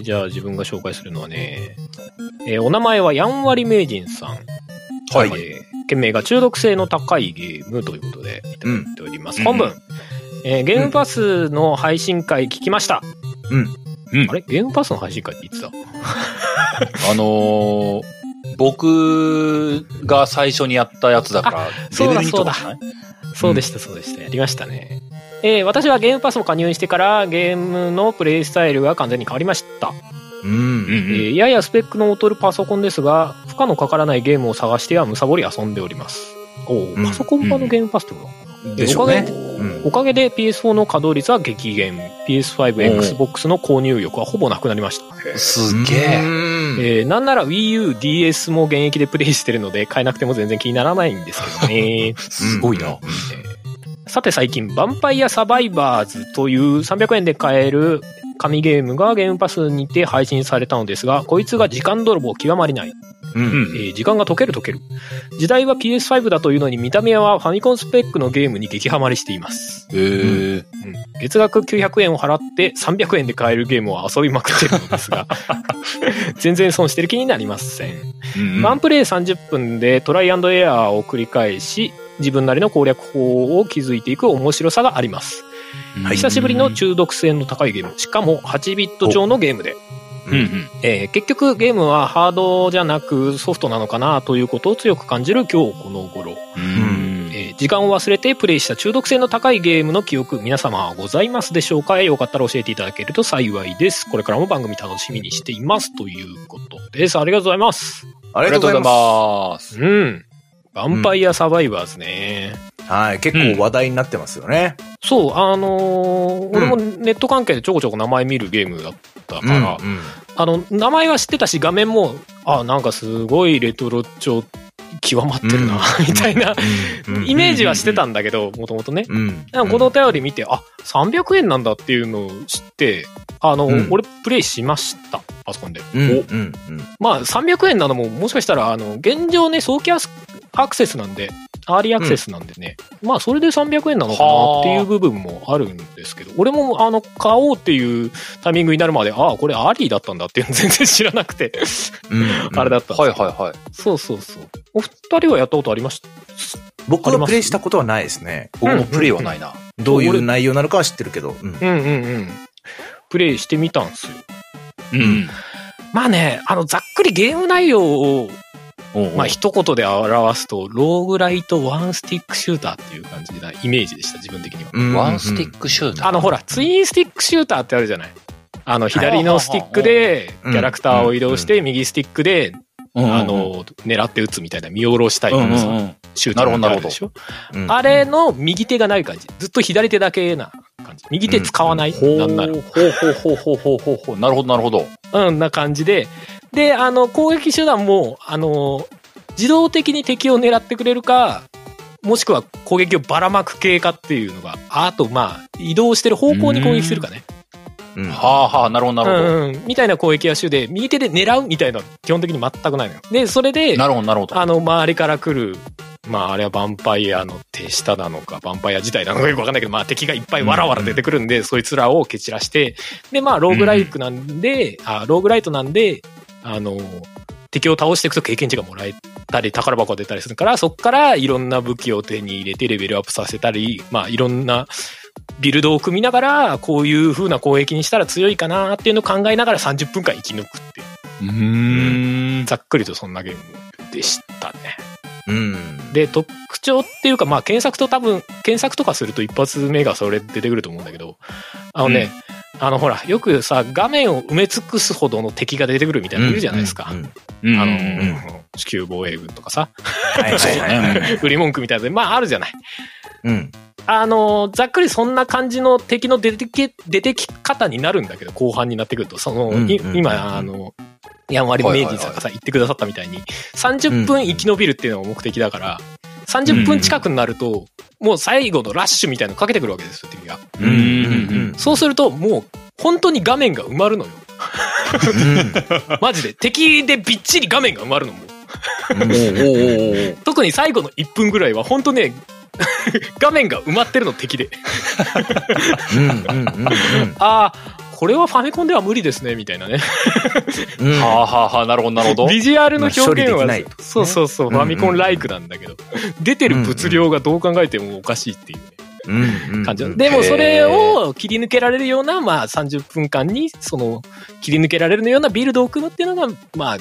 ー、じゃあ自分が紹介するのはね、えーお名前はやんわり名人さん。はい。えー件名が中毒性の高いゲームということでいただいております。うん本う文ん。えーゲームパスの配信会聞きました。うんうんあれゲームパスの配信会っていつだあのー僕が最初にやったやつだから、そうだレベルにとかじゃないそうでした、そうでした。やりましたね。えー私はゲームパスを加入してからゲームのプレイスタイルが完全に変わりました。うん。うんえーややスペックの劣るパソコンですが、負荷のかからないゲームを探してはむさぼり遊んでおります。おお、うんパソコン版のゲームパスってことかでしょうね。うんおかげで PS4 の稼働率は激減、PS5、おう Xbox の購入欲はほぼなくなりました。うん。すげえ。え。えーなんなら Wii U、DS も現役でプレイしてるので、買えなくても全然気にならないんですけどね。すごいな。さて最近、ヴァンパイアサバイバーズという300円で買える紙ゲームがゲームパスにて配信されたのですが、こいつが時間泥棒極まりない。う。うんえん。ー時間が解ける解ける。時代は PS5 だというのに見た目はファミコンスペックのゲームに激ハマりしています。えーうん月額900円を払って300円で買えるゲームを遊びまくってるので すが、全然損してる気になりません。うんワンプレイ30分でトライアンドエアーを繰り返し、自分なりの攻略法を築いていく面白さがあります。久しぶりの中毒性の高いゲーム、しかも8ビット上のゲームで、うんうん。えー結局ゲームはハードじゃなくソフトなのかなということを強く感じる今日この頃、うんえー時間を忘れてプレイした中毒性の高いゲームの記憶、皆様はございますでしょうかよかったら教えていただけると幸いです。これからも番組楽しみにしています。ということです。ありがとうございます。あありりががととううごござざいいまます。うん。ヴァンパイアサバイバーズね。す。はい。結構話題になってますよね。そう、あのー俺もネット関係でちょこちょこ名前見るゲームだったから、うんあの、名前は知ってたし、画面も、あ、なんかすごいレトロ調極まってるな、みたいな、うんイメージはしてたんだけど、もともとね。うん。でもこのお便り見て、あ、300円なんだっていうのを知って、あの、うん俺プレイしました、パソコンで。うん、おうん、うん。まあ、300円なのも、もしかしたら、あの、現状ね、早期アスアクセスなんで、アーリーアクセスなんでね、まあ、それで300円なのかなっていう部分もあるんですけど、俺も、あの、買おうっていうタイミングになるまで、ああ、これアーリーだったんだっていうの全 然知らなくて、うんあれだったんですはいけどはいはい。そうそうそう。お二人はやったことありました僕ありまはすプレイしたことはないですね。僕もプレイはないな。どういう内容なのかは知ってるけど。うんうんうんうん。プレイしてみたんですよ。うん。まあね、あの、ざっくりゲーム内容を、うんまあ、一言で表すと、ローグライトワンスティックシューターっていう感じなイメージでした、自分的には。うんワンスティックシューター。あのほら、ツインスティックシューターってあるじゃない。あの、左のスティックで、キうんャラクターを移動して、右スティックで、うんうんうんあ、の、狙って撃つみたいな、見下ろしたいうんう感じんうんシューターってあるでしょ。うんあれの右手がない感じ。ずっと左手だけな感じ。右手使わない。ほうなんなら。ほうほうほうほうほうほう。なるほどなるほど。うん、な感じで。で、あの、攻撃手段も、あの、自動的に敵を狙ってくれるか、もしくは攻撃をばらまく系かっていうのが、あと、まあ、移動してる方向に攻撃するかね。うんはあはあ、なるほどなるほど。うんうん、みたいな攻撃や手で、右手で狙うみたいなのは基本的に全くないのよ。で、それで、なるほどなるほど。あの、周りから来る、まあ、あれはヴァンパイアの手下なのか、ヴァンパイア自体なのかよくわかんないけど、まあ、敵がいっぱいわらわら出てくるんで、そいつらを蹴散らして、で、まあ、ローグライクなんで、あ、ローグライトなんで、あの、敵を倒していくと経験値がもらえたり、宝箱が出たりするから、そっからいろんな武器を手に入れてレベルアップさせたり、まあ、いろんなビルドを組みながら、こういう風な攻撃にしたら強いかなっていうのを考えながら30分間生き抜くっていううーん。ざっくりとそんなゲームでしたね。うん。で、特徴っていうか、まあ、検索と多分、検索とかすると一発目がそれ出てくると思うんだけど、あのね、あのほら、よくさ、画面を埋め尽くすほどの敵が出てくるみたいなのいるじゃないですか。うんうんうんあの、うん地球防衛軍とかさ、はいはいはいはい。売り文句みたいなので、まああるじゃない。うん。あの、ざっくりそんな感じの敵の出てき、出てき方になるんだけど、後半になってくると、その、うんいうんうん今、あの、やんわりの名人さんがさ、言ってくださったみたいに、30分生き延びるっていうのが目的だから、30分近くになると、もう最後のラッシュみたいのかけてくるわけですよ、敵が。うんうんそうすると、もう、本当に画面が埋まるのよ。マジ で。敵でびっちり画面が埋まるのもう。うん。おーおーおー特に最後の1分ぐらいは、本当ね、 画面が埋まってるの敵で。うんうんうんうんああ、これはファミコンでは無理ですね、みたいなね。うんうんはあはあはあ、なるほどなるほど。ビジュアルの表現まあ処理できは、ないとねそうそうそう、うんファミコンライクなんだけど、出てる物量がどう考えてもおかしいっていうね、うんうん感じなの。ででもそれを切り抜けられるような、まあ30分間に、その、切り抜けられるようなビルドを組むっていうのが、まあ、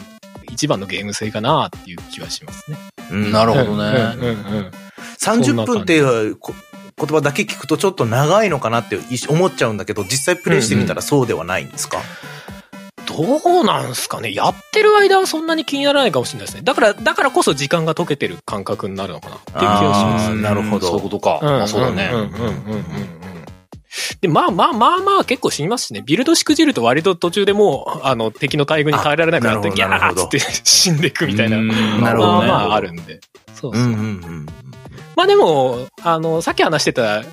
一番のゲーム性かなっていう気はしますね。なるほどね。うんうんうん30分っていうこ言葉だけ聞くとちょっと長いのかなって一思っちゃうんだけど、実際プレイしてみたらそうではないんですか、どうなんすかねやってる間はそんなに気にならないかもしれないですね。だから、だからこそ時間が溶けてる感覚になるのかなっていう気がします。あーなるほどそういうことか。まあそうだね。うんうんうんうんうんで、まあまあまあまあ結構死にますしね。ビルドしくじると割と途中でもう、あの、敵の大群に耐えられなくなって、あギャなるーほっどつって 死んでいくみたいな。うんまなあるほどねまあまああるんで。そうそう。うんうんうん。まあでも、あの、さっき話してた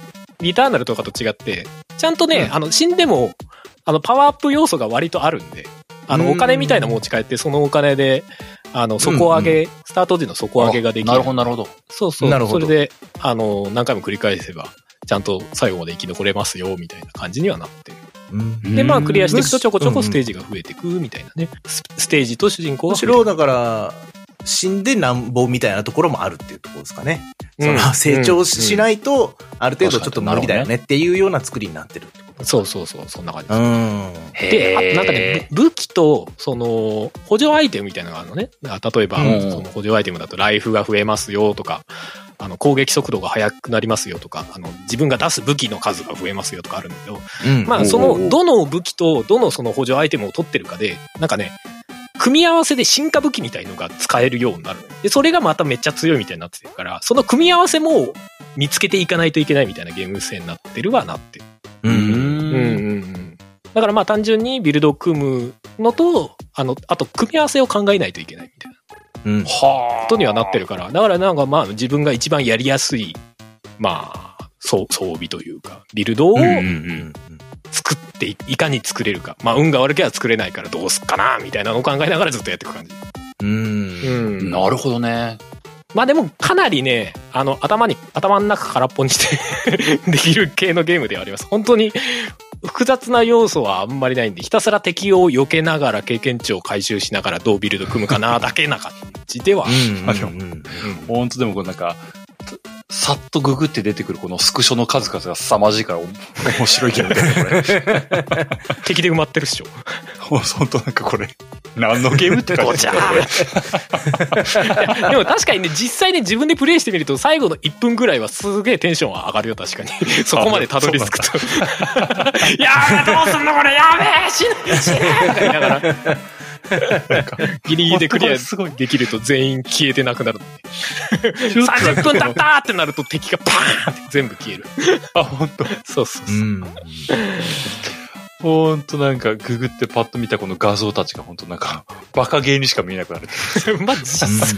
リターナルとかと違って、ちゃんとね、うあの、死んでも、あの、パワーアップ要素が割とあるんで、あうんの、お金みたいなの持ち帰って、そのお金で、あの、底上げ、スタート時の底上げができる。なるほど、なるほど。そうそう。なるほどそれで、あの、何回も繰り返せば、ちゃんと最後まで生き残れますよ、みたいな感じにはなってる。うんで、まあ、クリアしていくとちょこちょうこんステージが増えていく、みたいなね。スステージと主人公むはしろ、だから、死んでなんぼみたいなところもあるっていうところですかね。その成長ししい、ないと、ある程度ちょっと無理だよねっていうような作りになってるってこうんそうそうそう、そんな感じです。ん。で、あへーとなんかね、ぶ武器と、その、補助アイテムみたいなのがあるのね。あ例えば、うんその補助アイテムだと、ライフが増えますよとか、あの、攻撃速度が速くなりますよとか、あの、自分が出す武器の数が増えますよとかあるんだけど、うんまおうおあ、うその、どの武器と、どのその補助アイテムを取ってるかで、なんかね、組み合わせで進化武器みたいのが使えるようになる。で、それがまためっちゃ強いみたいになってるから、その組み合わせも見つけていかないといけないみたいなゲーム性になってるはなってるう。うんうんうんん。うん。だからまあ単純にビルドを組むのと、あの、あと組み合わせを考えないといけないみたいなうん。はあ。ことにはなってるから、だからなんかまあ自分が一番やりやすい、まあ、装装備というか、ビルドをうんうんうん。作ってい、いかに作れるか。まあ運が悪ければ作れないからどうすっかな、みたいなのを考えながらずっとやっていく感じ。うん。んなるほどね。まあでもかなりね、あの、頭に、頭の中空っぽにして できる系のゲームではあります。本当に複雑な要素はあんまりないんで、ひたすら敵を避けながら経験値を回収しながらどうビルド組むかなだけな感じでは。あのうんほんとでもこうなんか、さっとググって出てくるこのスクショの数々が凄まじいからお面白いけどね、こ れ。敵で埋まってるっしょ。ほんとなんかこれ、何のゲームって感ごじちゃーいや でも確かにね、実際ね、自分でプレイしてみると最後の1分ぐらいはすげえテンションは上がるよ、確かに。 そこまでたどり着くと。 やべえ、どうすんのこれやべえ死ぬ死ぬとか言いながら。ギリギリでクリアすごい。できると全員消えてなくなる。30 30分経ったーってなると敵がパーンって全部消える。あ、ほんと。そうそううそう。ん。ほんとなんかググってパッと見たこの画像たちがほんとなんか、バカゲーにしか見えなくなる。まあ実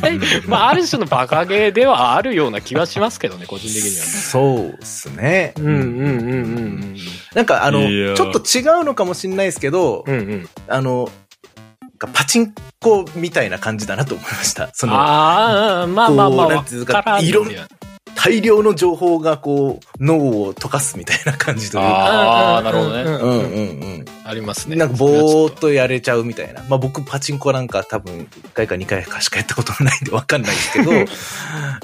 際、まあある種のバカゲーではあるような気はしますけどね、個人的にはね。そうですね。うんうんうんうんなんかあの、いやーちょっと違うのかもしれないですけど、うん。うんうん。あの、なんかパチンコみたいな感じだなと思いました。その、ああ、まあまあまあ、こうなんていうかわからんいろんでは大量の情報がこう、脳を溶かすみたいな感じというか。あーうんうんうんなるうんううんんありますうね。ん。なんかぼーっそれはちょっと。とやれちゃうみたいな。まあ僕パチンコなんか多分1回か2回かしかやったことないんでわかんないです けど、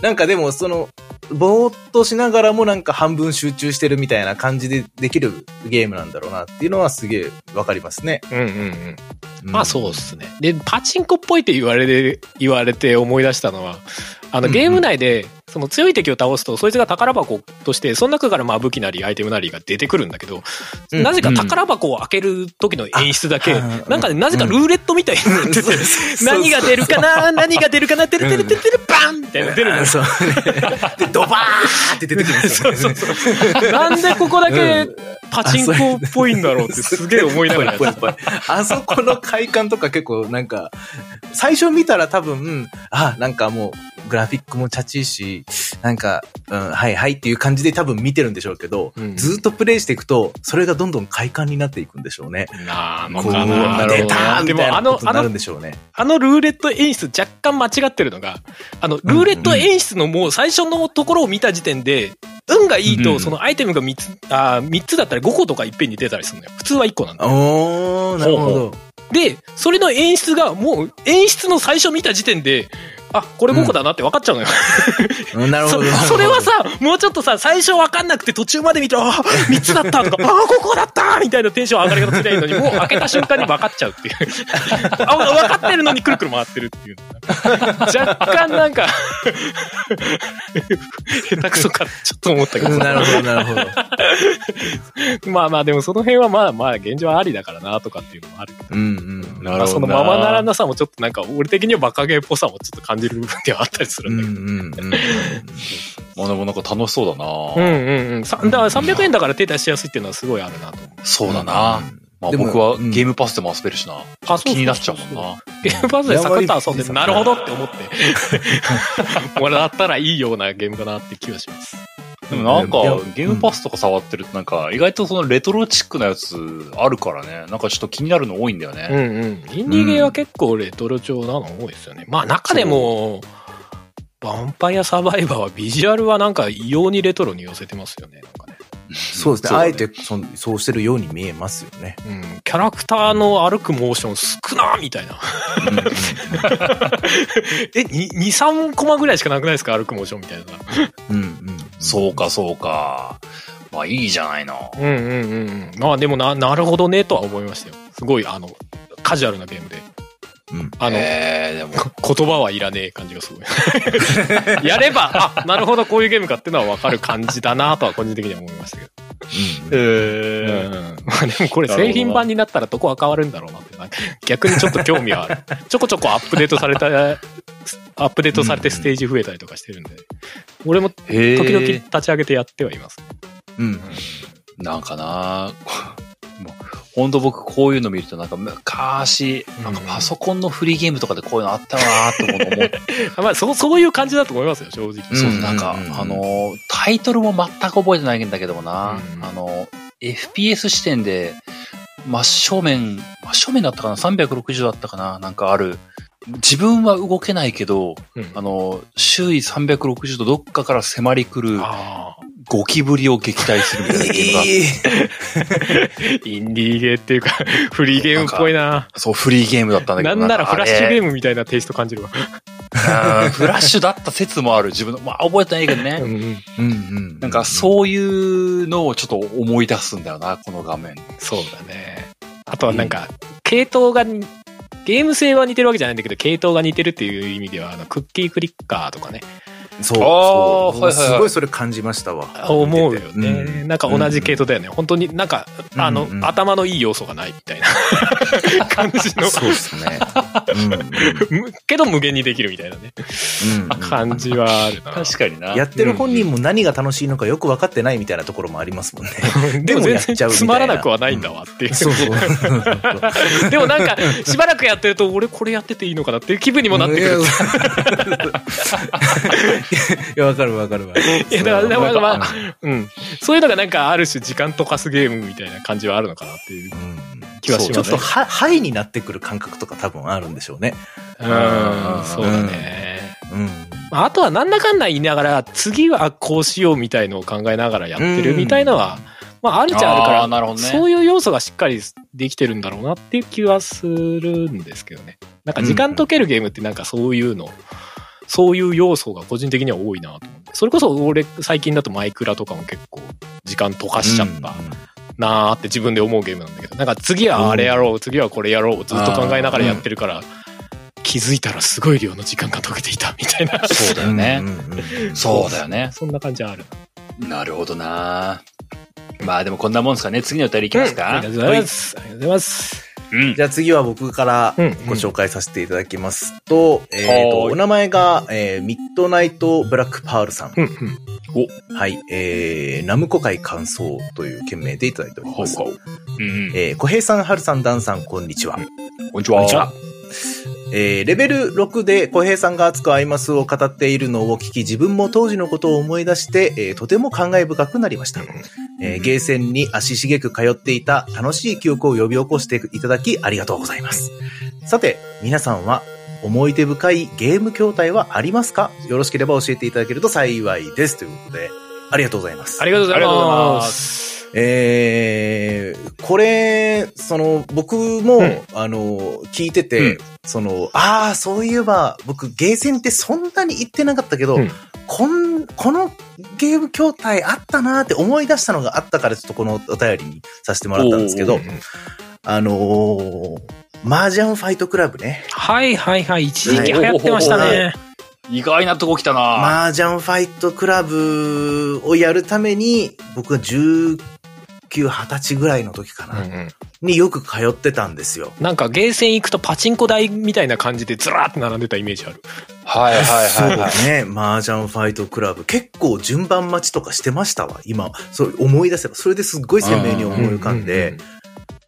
なんかでもその、ぼーっとしながらもなんか半分集中してるみたいな感じでできるゲームなんだろうなっていうのはすげえわかりますね。うんうんうん。んまあそうっすね。で、パチンコっぽいって言われて、言われて思い出したのは、あの、うんうんゲーム内で、その強い敵を倒すと、そいつが宝箱として、その中からまあ武器なりアイテムなりが出てくるんだけど、うんなぜか宝箱を開ける時の演出だけ、うんあなんかねなぜかルーレットみたいになってて、何が出るかな何が出るかなてるてるてるてるバンみたいなの出るんですそう。で、ドバーって出てくるんですよ、ね。よ。 なんでここだうけパチンコっぽいんだろうってすげえ思いながらやってぽいた。 ぽいぽいあそこの快感とか結構なんか、最初見たら多分、あ、なんかもう、グラフィックもチャチいし、なんか、うん、はいはいっていう感じで多分見てるんでしょうけど、うんずっとプレイしていくと、それがどんどん快感になっていくんでしょうね。なのこう、かななるほど出たーでみもたいあなのこ、とあになのるんでしょうね。あのルーレット演出若干間違ってるのが、あの、ルーレット演出のもう最初のところを見た時点で、運がいいうんうんと、そのアイテムが3つ、あー三つだったら5個とかいっぺんに出たりするのよ。普通は1個なんだよ。おー、なるほど。で、それの演出がもう演出の最初見た時点で、あ、これ5個だなって分かっちゃうのよ。うんなるほそど。それはさ、もうちょっとさ、最初分かんなくて途中まで見たら、あー、3つだった とか、あー、5個だったみたいなテンション上がり方すりゃいいのに、もう開けた瞬間に分かっちゃうっていう。あ、分かってるのにくるくる回ってるっていう。若干なんか、下手くそか、ちょっと思ったけどうんなるほど、なるほど。まあまあでもその辺はまあまあ現状ありだからなとかっていうのもあるけど。うんうん。なまあ、そのままならなさもちょっとなんか俺的にはバカゲーっぽさもちょっと感じる部分ではあったりするうんんうだけど。んうん。まあでもなんか楽しそうだうんな、うんうん。さだから300円だから手出しやすいっていうのはすごいあるなと思う。そうだな、まあでも僕はうんゲームパスでも遊べるしな。そうそう気になっちゃうもんな。ゲ ームパズでサクッと遊んで、なるほどって思 って。俺だったらいいようなゲームかなって気がします。でもなんかいやゲームパスとか触ってるとなんか意外とそのレトロチックなやつあるからね。なんかちょっと気になるの多いんだようんね。うん。インディーゲーは結構レトロ調なの多いですよね。まあ中でも、ヴァンパイアサバイバーはビジュアルはなんか異様にレトロに寄せてますよね。なんかねそうですだね。あえてそんそうしてるように見えますよね。うん、キャラクターの歩くモーション少なみたいな。 え、2、3コマぐらいしかなくないですか歩くモーションみたいな。うんうん。そうかそうか。まあいいじゃないの。うんうんうんうん。まあでもな、なるほどね、とは思いましたよ。すごい、あの、カジュアルなゲームで。うんあの、えー、でもこ言葉はいらねえ感じがすごい。 やれば、あ、なるほど、こういうゲームかっていうのはわかる感じだなとは個人的には思いましたけど。うん。うえん。まあでもこれ製品版になったらどこは変わるんだろうなって、なんか逆にちょっと興味はある。 ちょこちょこアップデートされた、アップデートされてステージ増えたりとかしてるんで。俺もえ時々立ち上げてやってはいます。うん。なんかな もうほんと僕こういうの見るとなんか昔、なんかパソコンのフリーゲームとかでこういうのあったなーって思う。まあそう、そういう感じだと思いますよ、正直。うんそう、なんか、うんうんうんあの、タイトルも全く覚えてないんだけどもな、うんあの、FPS 視点で、真正面、真正面だったかな ?360 だったかななんかある。自分は動けないけど、うんあの、周囲360度どっかから迫り来るああ。ゴキブリを撃退するみたいなゲームがあって、インディーゲーっていうか、 フリーゲームっぽいな。そう、フリーゲームだったんだけなどんならフラッシュゲムームみたいなテイスト感じるわ。フラッシュだった説もある。自分の、まあ覚えてないけどね。うんうんうんうん。なんかそういうのをちょっと思い出すんだよな、この画面。そうだね。あとはなんか、系統がに、ゲーム性は似てるわけじゃないんだけど、系統が似てるっていう意味では、あの、クッキークリッカーとかね、そう。あーそうはいはいはいすごいそれ感じましたわ。思う見よててね。なんか同じ系。統だよね。本当になんか、あの、うんうん頭のいい要素がないみたいな感じうんの、そうですね。うんうんむけど無限にできるみたいなね、うんうん感じはあるな。確かにな。やってる本人も何が楽しいのかよく分かってないみたいなところもありますもんね。でもでもや全っちゃうみたいな然つまらなくはないんだわっていう。そうそう。 でもなんか、しばらくやってると、俺これやってていいのかなっていう気分にもなってくる。いや、わかるわかるわかる。いやだからなんまあまうん。そういうのがなんかある種時間溶かすゲームみたいな感じはあるのかなっていううん気はしちょまっすとね。は、はいになってくる感覚とか多分あるんでしょうね。うん、そうだね。うん。まああとはなんだかんだ言いながら、次はこうしようみたいのを考えながらやってるみたいのは、まああるっちゃあるから、あーなるほどねそういう要素がしっかりできてるんだろうなっていう気はするんですけどね。なんか時間解けるゲームってなんかそういうの、そういう要素が個人的には多いなと思って。それこそ俺最近だとマイクラとかも結構時間溶かしちゃったなーって自分で思うゲームなんだけど、なんか次はあれやろう、次はこれやろう、ずっと考えながらやってるから、気づいたらすごい量の時間が解けていたみたいな。そうだよね。ねそうだよね。そんな感じはある。なるほどな。まあでもこんなもんですかね。次のお便りいきますあかりがとうございます。ありがとうございます。うん。じゃあ次は僕からうんご紹介させていただきますと、えーと、はーいお名前が、えーミッドナイトブラックパールさん。うんうん。はい、えー、ナムコ会感想という件名でいただいておりほまうす。ほう。うん。えー、小平さん、春さん、ダンさん、こんにちは。こんにちは。こんにちはえーレベル6で小平さんが熱くアイマスを語っているのを聞き、自分も当時のことを思い出して、えーとても感慨深くなりました。えーゲーセンに足しげく通っていた楽しい記憶を呼び起こしていただきありがとうございます。さて、皆さんは思い出深いゲーム筐体はありますかよろしければ教えていただけると幸いです。ということで、ありがとうございます。ありがとうございありがとうございま。ますえー、これ、その、僕も、うんあの、聞いてて、うんその、ああ、そういえば、僕、ゲーセンってそんなに行ってなかったけど、うんこん、このゲーム筐体あったなーって思い出したのがあったから、ちょっとこのお便りにさせてもらったんですけうどん、あのー、麻雀ファイトクラブね。はいはいはい。一時期流行ってましたね。意外なとこ来たな、麻雀ファイトクラブをやるために、僕が19、20歳ぐらいの時かな、うんうんによく通ってたんですよ。なんかゲーセン行くとパチンコ台みたいな感じでずらーって並んでたイメージある。はいはいはいはい。ね、麻雀ファイトクラブ。結構順番待ちとかしてましたわ、今。そう、思い出せば。それですっごい鮮明に思い浮かんで。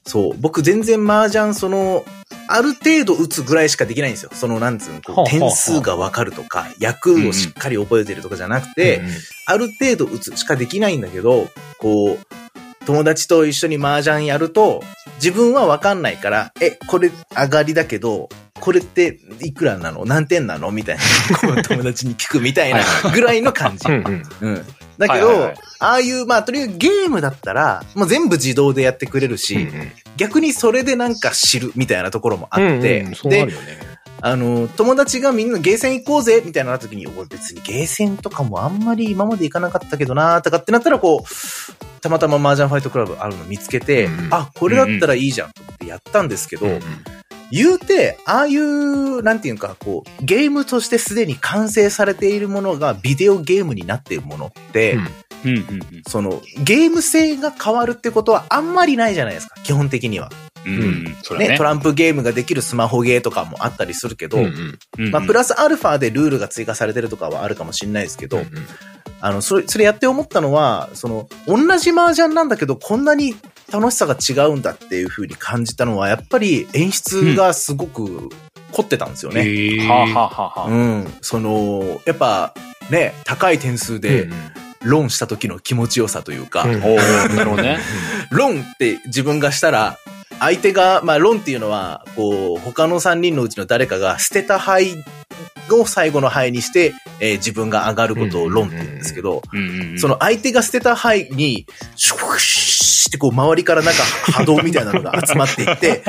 そう、僕全然麻雀、その、ある程度打つぐらいしかできないんですよ。その、なんつうの、こはあう、はあは点あ数がわかるとか、役をしっかり覚えてるとかじゃなくて、うんうんある程度打つしかできないんだけど、こう、友達と一緒に麻雀やると、自分はわかんないから、え、これ上がりだけど、これっていくらなの何点なのみたいな。 こう友達に聞くみたいなぐらいの感じ。うんうんうん。だけど、はいはいはいああいう、まあ、とりあえずゲームだったら、もう全部自動でやってくれるし、逆にそれでなんか知るみたいなところもあって、うんうんそうなでる、よね。あの、友達がみんなゲーセン行こうぜみたいな時に、俺別にゲーセンとかもあんまり今まで行かなかったけどなとかってなったら、こう、たまたま麻雀ファイトクラブあるの見つけて、うんうんあ、これだったらいいじゃんと思ってやったんですけど、うんうん言うて、ああいう、なんていうか、こう、ゲームとしてすでに完成されているものがビデオゲームになっているものって、うんうんうんその、ゲーム性が変わるってことはあんまりないじゃないですか、基本的には。うんうんそれはね、ねトランプゲームができるスマホゲーとかもあったりするけど、うんうんまあ、プラスアルファでルールが追加されてるとかはあるかもしれないですけど、うんうんあの、それ、それやって思ったのは、その、同じ麻雀なんだけど、こんなに楽しさが違うんだっていう風に感じたのは、やっぱり演出がすごく凝ってたんですよね。へーはあ、はあはあうはん。その、やっぱ、ね、高い点数あ、うでんうんロンした時の気持ちよさというか、うんおーなるほどね。ロンって自分がしたら、相手が、まあ、ロンっていうのは、こう、他の3人のうちの誰かが捨てた牌を最後の牌にして、えー自分が上がることをロンって言うんですけど、その相手が捨てた牌に、シュッシュッってこう周りからなんか波動みたいなのが集まっていって、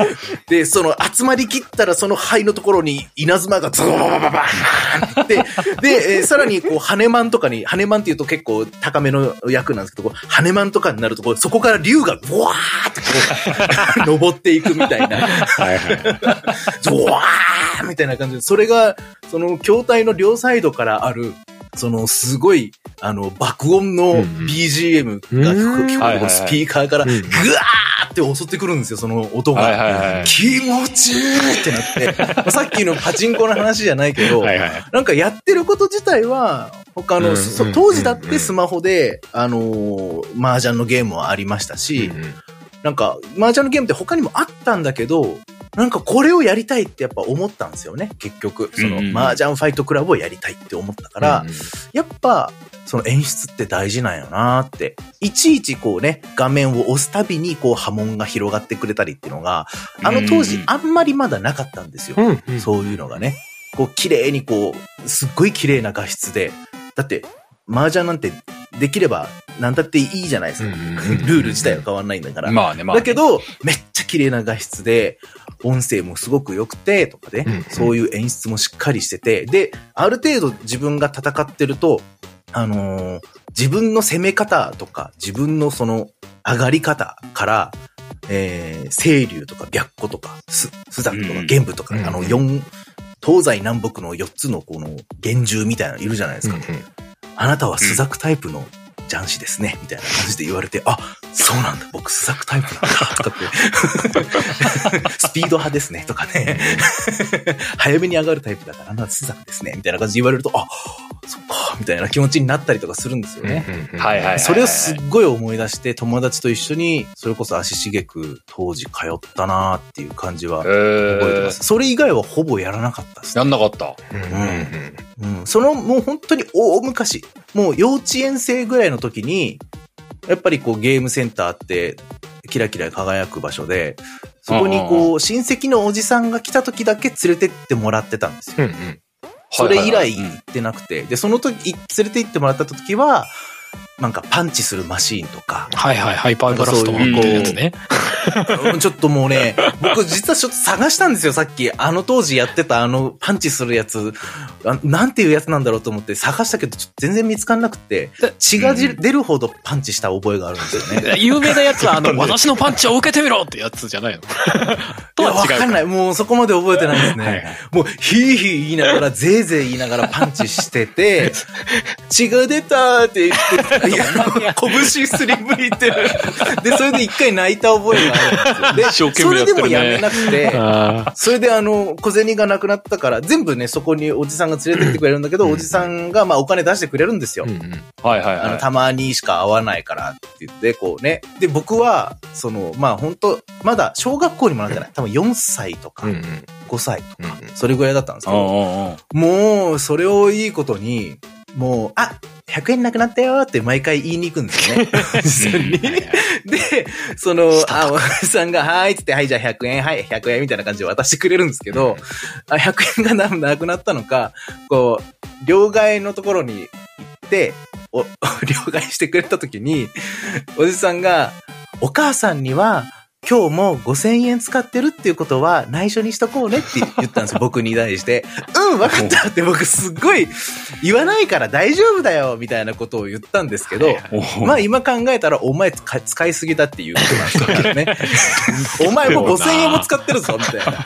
で、その集まりきったらその牌のところに稲妻がズバババババーンって行って、で、えーさらにこう羽マンとかに、羽マンって言うと結構高めの役なんですけど、こう羽マンとかになるとこう、そこから竜がブワーってこう、 登っていくみたいな。はいはい。ゾワーみたいな感じで、それが、その、筐体の両サイドからある、その、すごい、あの、爆音うんのうん BGM が聞こえ聞こはいはいえてはいくる、スピーカーから、うぐわんーって襲ってくるんですよ、その音はいが。はいはい。気持ちいいってなって、 まあさっきのパチンコの話じゃないけど、はいはい。なんかやってること自体は、他うんうの、んそうんうん当時だってスマホで、あのー、麻雀のゲームはありましたし、なんか、麻雀のゲームって他にもあったんだけど、なんかこれをやりたいってやっぱ思ったんですよね、結局。そのうんうん、麻雀ファイトクラブをやりたいって思ったから、やっぱ、その演出って大事なんよなーって。いちいちこうね、画面を押すたびにこう波紋が広がってくれたりっていうのが、あの当時あんまりまだなかったんですよ。うんうんそういうのがね。こう、綺麗にこう、すっごい綺麗な画質で。だって、麻雀なんてできれば何だっていいじゃないですか。 ルール自体は変わんないんだから。まあね、まあね。だけど、めっちゃ綺麗な画質で、音声もすごく良くて、とかね、うんうんそういう演出もしっかりしてて、で、ある程度自分が戦ってると、あのー自分の攻め方とか、自分のその上がり方から、えー、清流とか白虎とか、す、スザンとうかん玄武とか、うんうんあの、四、東西南北の四つのこの幻獣みたいなのいるじゃないですか。あなたはスザクタイプの雀士ですね、みたいな感じで言われて、あ、そうなんだ、僕スザクタイプなんだ、とかって、 スピード派ですね、とかね、早めに上がるタイプだから、あなたスザクですね、みたいな感じで言われると、あ、そっか、みたいな気持ちになったりとかするんですよね。はいはいはいはい。それをすっごい思い出して、友達と一緒に、それこそ足しげく当時通ったなーっていう感じはえ覚えてまーす。、それ以外はほぼやらなかったですねやんなかった。うん、そのもう本当に大昔、もう幼稚園生ぐらいの時に、やっぱりこうゲームセンターってキラキラ輝く場所で、そこにうんこう親戚のおじさんが来た時だけ連れてってもらってたんですよ。それ以来行ってなくて、で、その時、い連れて行ってもらった時は、なんかパンチするマシーンとか、はいはい、ハイパーブラストなんかそういうのやつね。うんちょっともうね、僕実はちょっと探したんですよ、さっき。あの当時やってたあのパンチするやつ、あなんていうやつなんだろうと思って探したけど、ちょっと全然見つかんなくて、血がじう出るほどパンチした覚えがあるんですよね。有名なやつは、あの、私のパンチを受けてみろってやつじゃないの といやはわ違うかんない。もうそこまで覚えてないですね。はいはいもうヒーヒー言いながら、ぜいぜい言いながらパンチして て、血が出たーって言って、いや拳すりむいてる。で、それで一回泣いた覚えがあるんですよ。で、一生懸そ命やれでもやめってるねなくて、あそれであの、小銭がなくなったから、全部ね、そこにおじさんが連れてってくれるんだけど、うんおじさんがまあお金出してくれるんですよ。ーうんうんはいはいあはの、い。たまにしか会わないからって言って、こうね。で、僕は、その、まあ本当まだ小学校にもなってない。多分4歳とかうんうん5歳とうんうんか、それぐらいだったんですけうんうど、んうんもう、それをいいことに、もう、あ !100 円なくなったよーって毎回言いに行くんです よね。実際にはいはいで、その、あ、おじさんが、はーいっつって、はい、じゃあ100円、はい、100円みたいな感じで渡してくれるんですけど、あ100円がななくなったのか、こう、両替のところに行って、お、両 替してくれた時に、おじさんが、お母さんには、今日も5000円使ってるっていうことは内緒にしとこうねって言ったん ですよ、僕に対して。うん、わかったって僕すっごい言わないから大丈夫だよみたいなことを言ったんですけど、はいはいおーまあ今考えたら、お前使い使いすぎだっていうことなんです けどね。お前もう5000円も使ってるぞ、みたいな。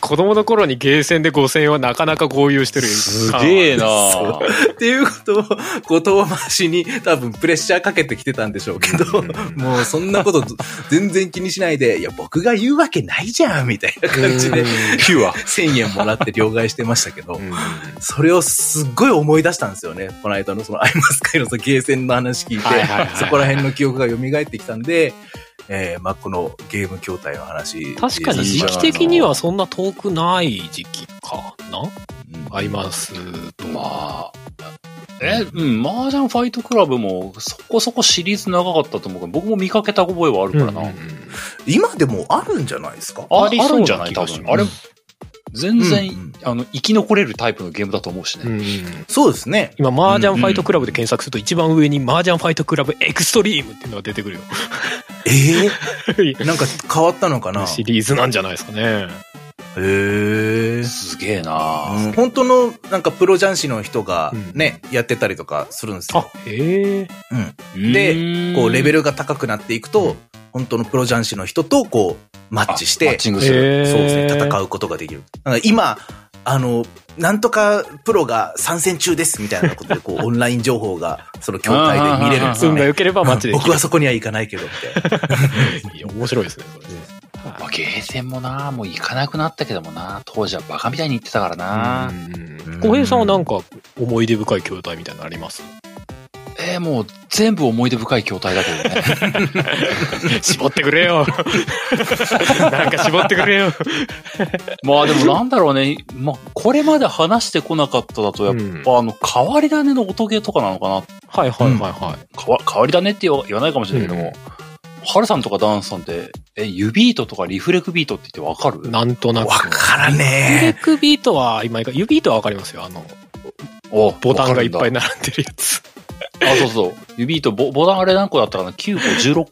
子供の頃にゲーセンで5000円はなかなか豪遊してる。すげえなそっていうことを、後藤回しに多分プレッシャーかけてきてたんでしょうけど、もうそんなこと全然気にしないで、いや僕が言うわけないじゃん、みたいな感じで、 9は。 1000円もらって両替してましたけどう、んそれをすっごい思い出したんですよね。この間のそのアイマスカイのそのゲーセンの話聞いてはいはいはいは、いそこら辺の記憶が蘇ってきたんで、えー、まあこのゲーム筐体の話。確かに時期的にはそんな遠くない時期かなアイマスと。まあ、え、うん、麻雀ファイトクラブもそこそこシリーズ長かったと思うけど、僕も見かけた覚えはあるからな。うんうん今でもあるんじゃないですかあありあそるうんじゃなない気多がし分。ますあれ、全然、うんうんあの、生き残れるタイプのゲームだと思うしね。うんそうですね。今、麻雀ファイトクラブで検索すると一番上に麻雀ファイトクラブエクストリームっていうのが出てくるよ。え えなんか変わったのかなシリーズなんじゃないですかね。へえ。すげえな、うん本当のなんかプロ雀士の人がうんね、やってたりとかするんですあよ。、へえ。うん。ででこうレベルルが高くなっていくと、本当のプロ雀士の人とこうマッチしマッて、チングする。そうですね、戦うことができる。なんか今、あの、なんとかプロが参戦中ですみたいなことで、 こう、オンライン情報が、その協会で見れるんですよ運がね。良ければマッチでき僕るはそこには行かないけど、みたいな。いや 面白いですね、それ。まあ、ゲーセンもなもう行かなくなったけどもな当時はバカみたいに行ってたからな、うん浩平さんはなんか思い出深い筐体みたいなのあり ますえーもう全部思い出深い筐体だけどね。絞ってくれ よなんか絞ってくれよまあでもなんだろうね。まあ、これまで話してこなかっただと、やっぱ、あの、変わり種の音ゲーとかなのかな。はいはいはいはい。変わ変わり種って言わ言わないかもしれないけども、ハルさんとかダンスさんって、え、ユビートとかリフレクビートって言ってわかるなんと なく。わからブレッねクビートは今いか、指ビートはわかりますよ。あの、おボタンがいっぱいわ並んでるやつ。かるんだあ、そうそう。ユビート、ボボタンあれ何個だったかな ?9 個、16個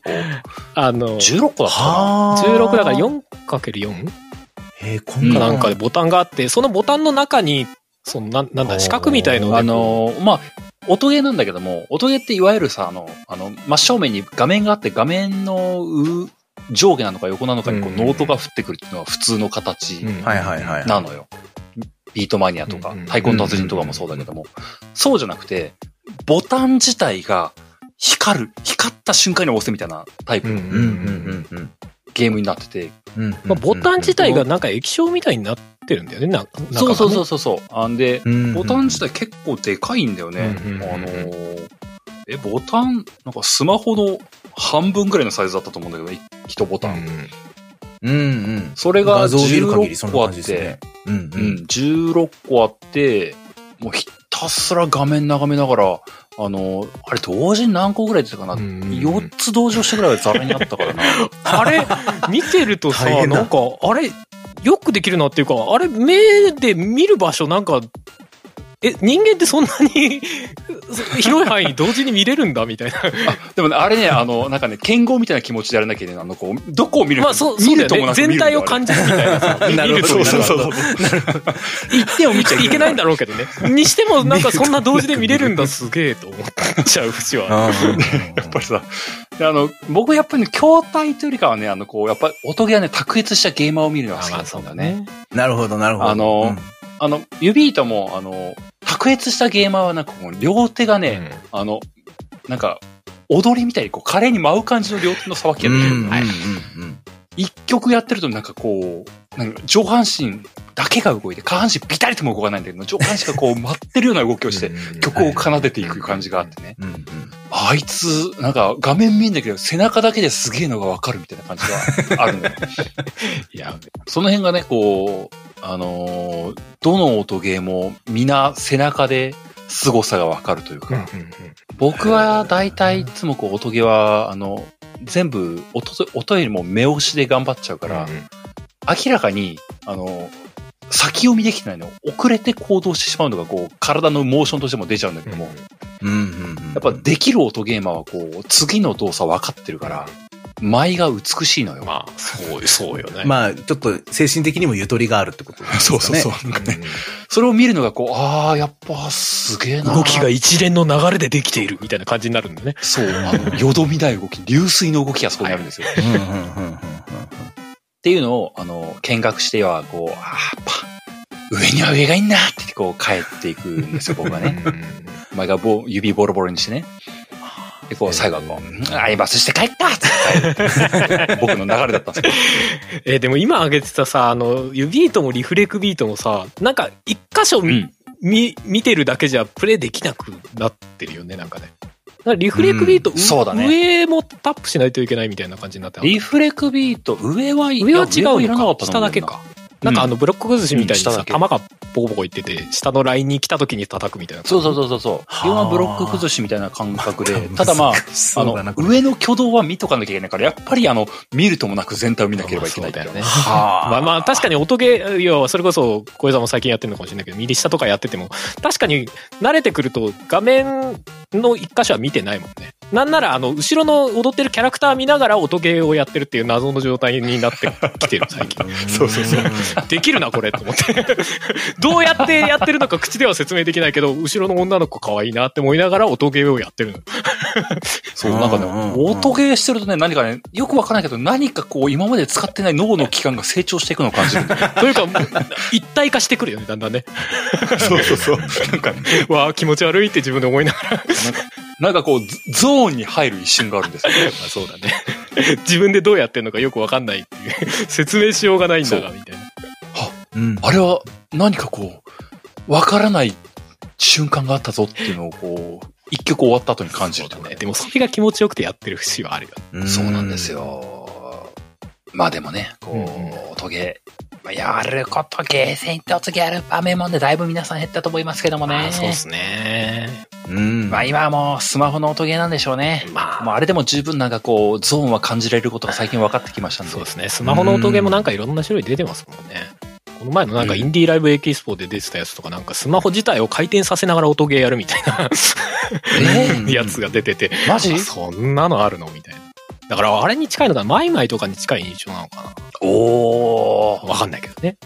あの、16 ?16 個だえ。ったか はだから4。 4×4 えー、こうんかななんかでボタンがあって、そのボタンの中に、その、なんなんだ、四角みたいのなであのーまあ、音ゲーなんだけども、音ゲーっていわゆるさ、あの、あの、真正面に画面があって、画面のう上下なのか横なのかにこう、うんノートが降ってくるっていうのは普通の形うんはいはいはい。なのよ。ビートマニアとうかんうん、太鼓の達人とかもそうだけども、そうじゃなくて、ボタン自体が光る、光った瞬間に押すみたいなタイプうんのうんうんうんうんゲームになってて、うん。まあ、ボタン自体がなんか液晶みたいになってるんだよね、なんか。。そうそうそううそうそう。あんで、うん、ボタン自体結構でかいんだよね。うんうんうんあのーえ、ボタン、なんかスマホの半分ぐらいのサイズだったと思うんだけどね、一ボタン。うんうん。それが画像を見る限りそ16んな個あ感っじて、ですね。うんうん、16個あって、もうひたすら画面眺めながら、あの、あれ同時に何個ぐらい出てたかな、う四んうんうん ?4 つ同時押してぐらいはザラにあったから な。あれ、見てるとさ、大変だなんか、あれ、よくできるなっていうか、あれ、目で見る場所なんか、え、人間ってそんなに広い範囲同時に見れるんだみたいな。でもね、あれね、あの、なんかね、剣豪みたいな気持ちでやらなきゃいけないの。あの、こう、どこを見るまあそう、そう見だるとよもね。なく見全るんだ体よを感じるみたいなさ。な見るるほとどそうそうそう。一点を見ちゃいけないんだろうけどね。にしてもなんかそんな同時で見れるんだすげえと思っちゃう節はある。やっぱりさ、であの、僕やっぱりね、筐体というよりかはね、あの、こう、やっぱり、音毛がね、卓越したゲーマーを見るのが好きだったんだよね。。なるほど、なるほど。あのあの、指糸も、あの、卓越したゲーマーはなんかこう、両手がね、あの、なんか、踊りみたいにこう、華麗に舞う感じの両手のさばきうがん、でうきんる。うんはいうん一曲やってるとなんかこう、なんか上半身だけが動いて、下半身ピタリとも動かないんだけど、上半身がこう、 舞ってるような動きをして、曲を奏でていく感じがあってね。うんうんあいつ、なんか画面見んだけど、背中だけですげえのがわかるみたいな感じがあるの よ。いや、その辺がね、こう、あのーどの音ゲーも皆背中で凄さがわかるというか、僕は大体いつもこう音ゲーは、あの、全部音と、音よりも目押しで頑張っちゃうから、明らかに、あの、先読みできてないの、遅れて行動してしまうのが、こう、体のモーションとしても出ちゃうんだけども、うんうんうん。やっぱできる音ゲーマーはこう、次の動作分かってるから、舞が美しいのよ。まあ、そう、そうよね。あ、まあ、ちょっと精神的にもゆとりがあるってことですかね。う。う。なんかね、それを見るのがこう、ああ、やっぱすげえな。動きが一連の流れでできているみたいな感じになるんだね。そう、あの、よどみない動き、流水の動きがそこにあるんですよ。っうんうんうんうんていうのを、あの、見学しては、こう、ああ、やっぱ、上には上がいいんだって、こう、帰っていくん ですよ、僕はね。お前がぼ指ボロボロにしてね。で、こう、最後はこう、アイバスして帰ったって帰る僕の流れだったんですけど。えーでも今挙げてたさ、あの、ユビートもリフレクビートもさ、なんか一箇所み、うんみ見てるだけじゃプレイできなくなってるよね、なんかね。だからリフレクビート、うんそうだね上もタップしないといけないみたいな感じになってリフレクビート、上はい上は違いやいうらなかのったかと思下うだんけか。なんかあのブロック崩しみたいにうん下さ、だけ弾がボコボコいってて、下のラインに来た時に叩くみたいな。そうそうそうそうそう。はあ基本はブロック崩しみたいな感覚 で、うんただまあ、難しあそうだなの、これ上の挙動は見とかなきゃいけないから、やっぱりあの、見るともなく全体を見なければいけないんだよまあそうだねよ。ねはあまあまあ確かに音ゲー、要はそれこそ小江さんも最近やってるのかもしれないけど、右下とかやってても、確かに慣れてくると画面の一箇所は見てないもんね。なんならあの、後ろの踊ってるキャラクター見ながら音ゲーをやってるっていう謎の状態になってきてる最 近。そうそうそう。できるなこれと思って。 どうやってやってるのか口では説明できないけど、後ろの女の子可愛いなって思いながら音ゲーをやってるの。そう、なんかねうんうん、うん音ゲーしてるとね、何かね、よくわかんないけど、何かこう、今まで使ってない脳の器官が成長していくのを感じるんだよね。というか、一体化してくるよね、だんだんね。そうそうそう。なんかね、わあ、気持ち悪いって自分で思いながら。 なんかこう、ゾゾーンに入る一瞬があるんですよ。 まあそうだね。自分でどうやってんのかよくわかんないっていう。説明しようがないんだが、みたいな。うん。あれは何かこう、わからない瞬間があったぞっていうのをこう、一曲終わった後に感じそうるとだいうかね。でもそれが気持ちよくてやってる節はあるよね。うんそうなんです。よ。まあでもね、こう、うんトゲ、まあ、やることゲーセン一つやる場面もね、だいぶ皆さん減ったと思いますけどもね。すね。うん。まあ今はもうスマホの音ゲーなんでしょうね。まもうあ、あれでも十分なんかこう、ゾーンは感じられることが最近分かってきましたんで。そうですね。スマホの音ゲーもなんかいろんな種類出てますもんね。この前のなんかインディーライブエキスポで出てたやつとかなんかスマホ自体を回転させながら音ゲーやるみたいなえ やつが出てて、ーマジあそんなのあるのみたいな。だからあれに近いのがマイマイとかに近い印象なのかおなーわかんないけどね。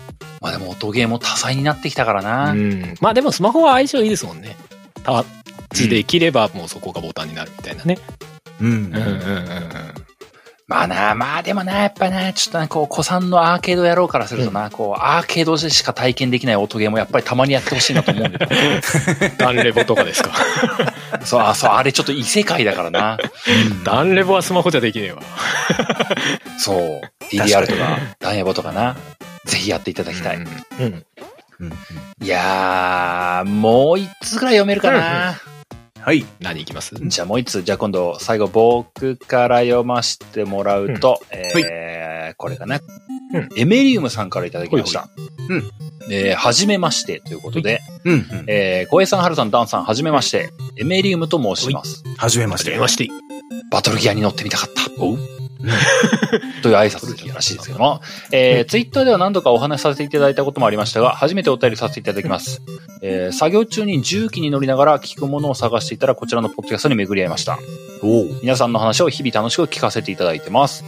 まあでも音ゲーも多彩になってきたからな。うん、まあでもスマホは相性いいですもんね。タッチで切ればもうそこがボタンになるみたいなね。うん。まあな、まあでもな、やっぱな、ちょっとな、こう、子さんのアーケード野郎からするとな、こう、アーケードでしか体験できない音ゲーもやっぱりたまにやってほしいなと思うんだよ。ダンレボとかですか。そう、あ、そう、あれちょっと異世界だからな。ダンレボはスマホじゃできねえわ。そう、確か DDR にとか、ダンエボとかな。ぜひやっていただきたい。うん。うんいやー、もう一つぐらい読めるかな。はい。何いきますじゃあもう一つ、じゃあ今度、最後僕から読ませてもらうと、えー、これかな、うんエメリウムさんからいただきました。ほいほいうん。えー、はじめましてということで、うんうん。えー、小江さん、春さん、ダンさん、はじめまして。エメリウムと申します。はじめまして。して。バトルギアに乗ってみたかった。 という挨拶だったらしいですけども、えー、ツイッターでは何度かお話しさせていただいたこともありましたが、初めてお便りさせていただきます。えー、作業中に重機に乗りながら聞くものを探していたら、こちらのポッドキャストに巡り合いました。お皆さんの話を日々楽しく聞かせていただいてます。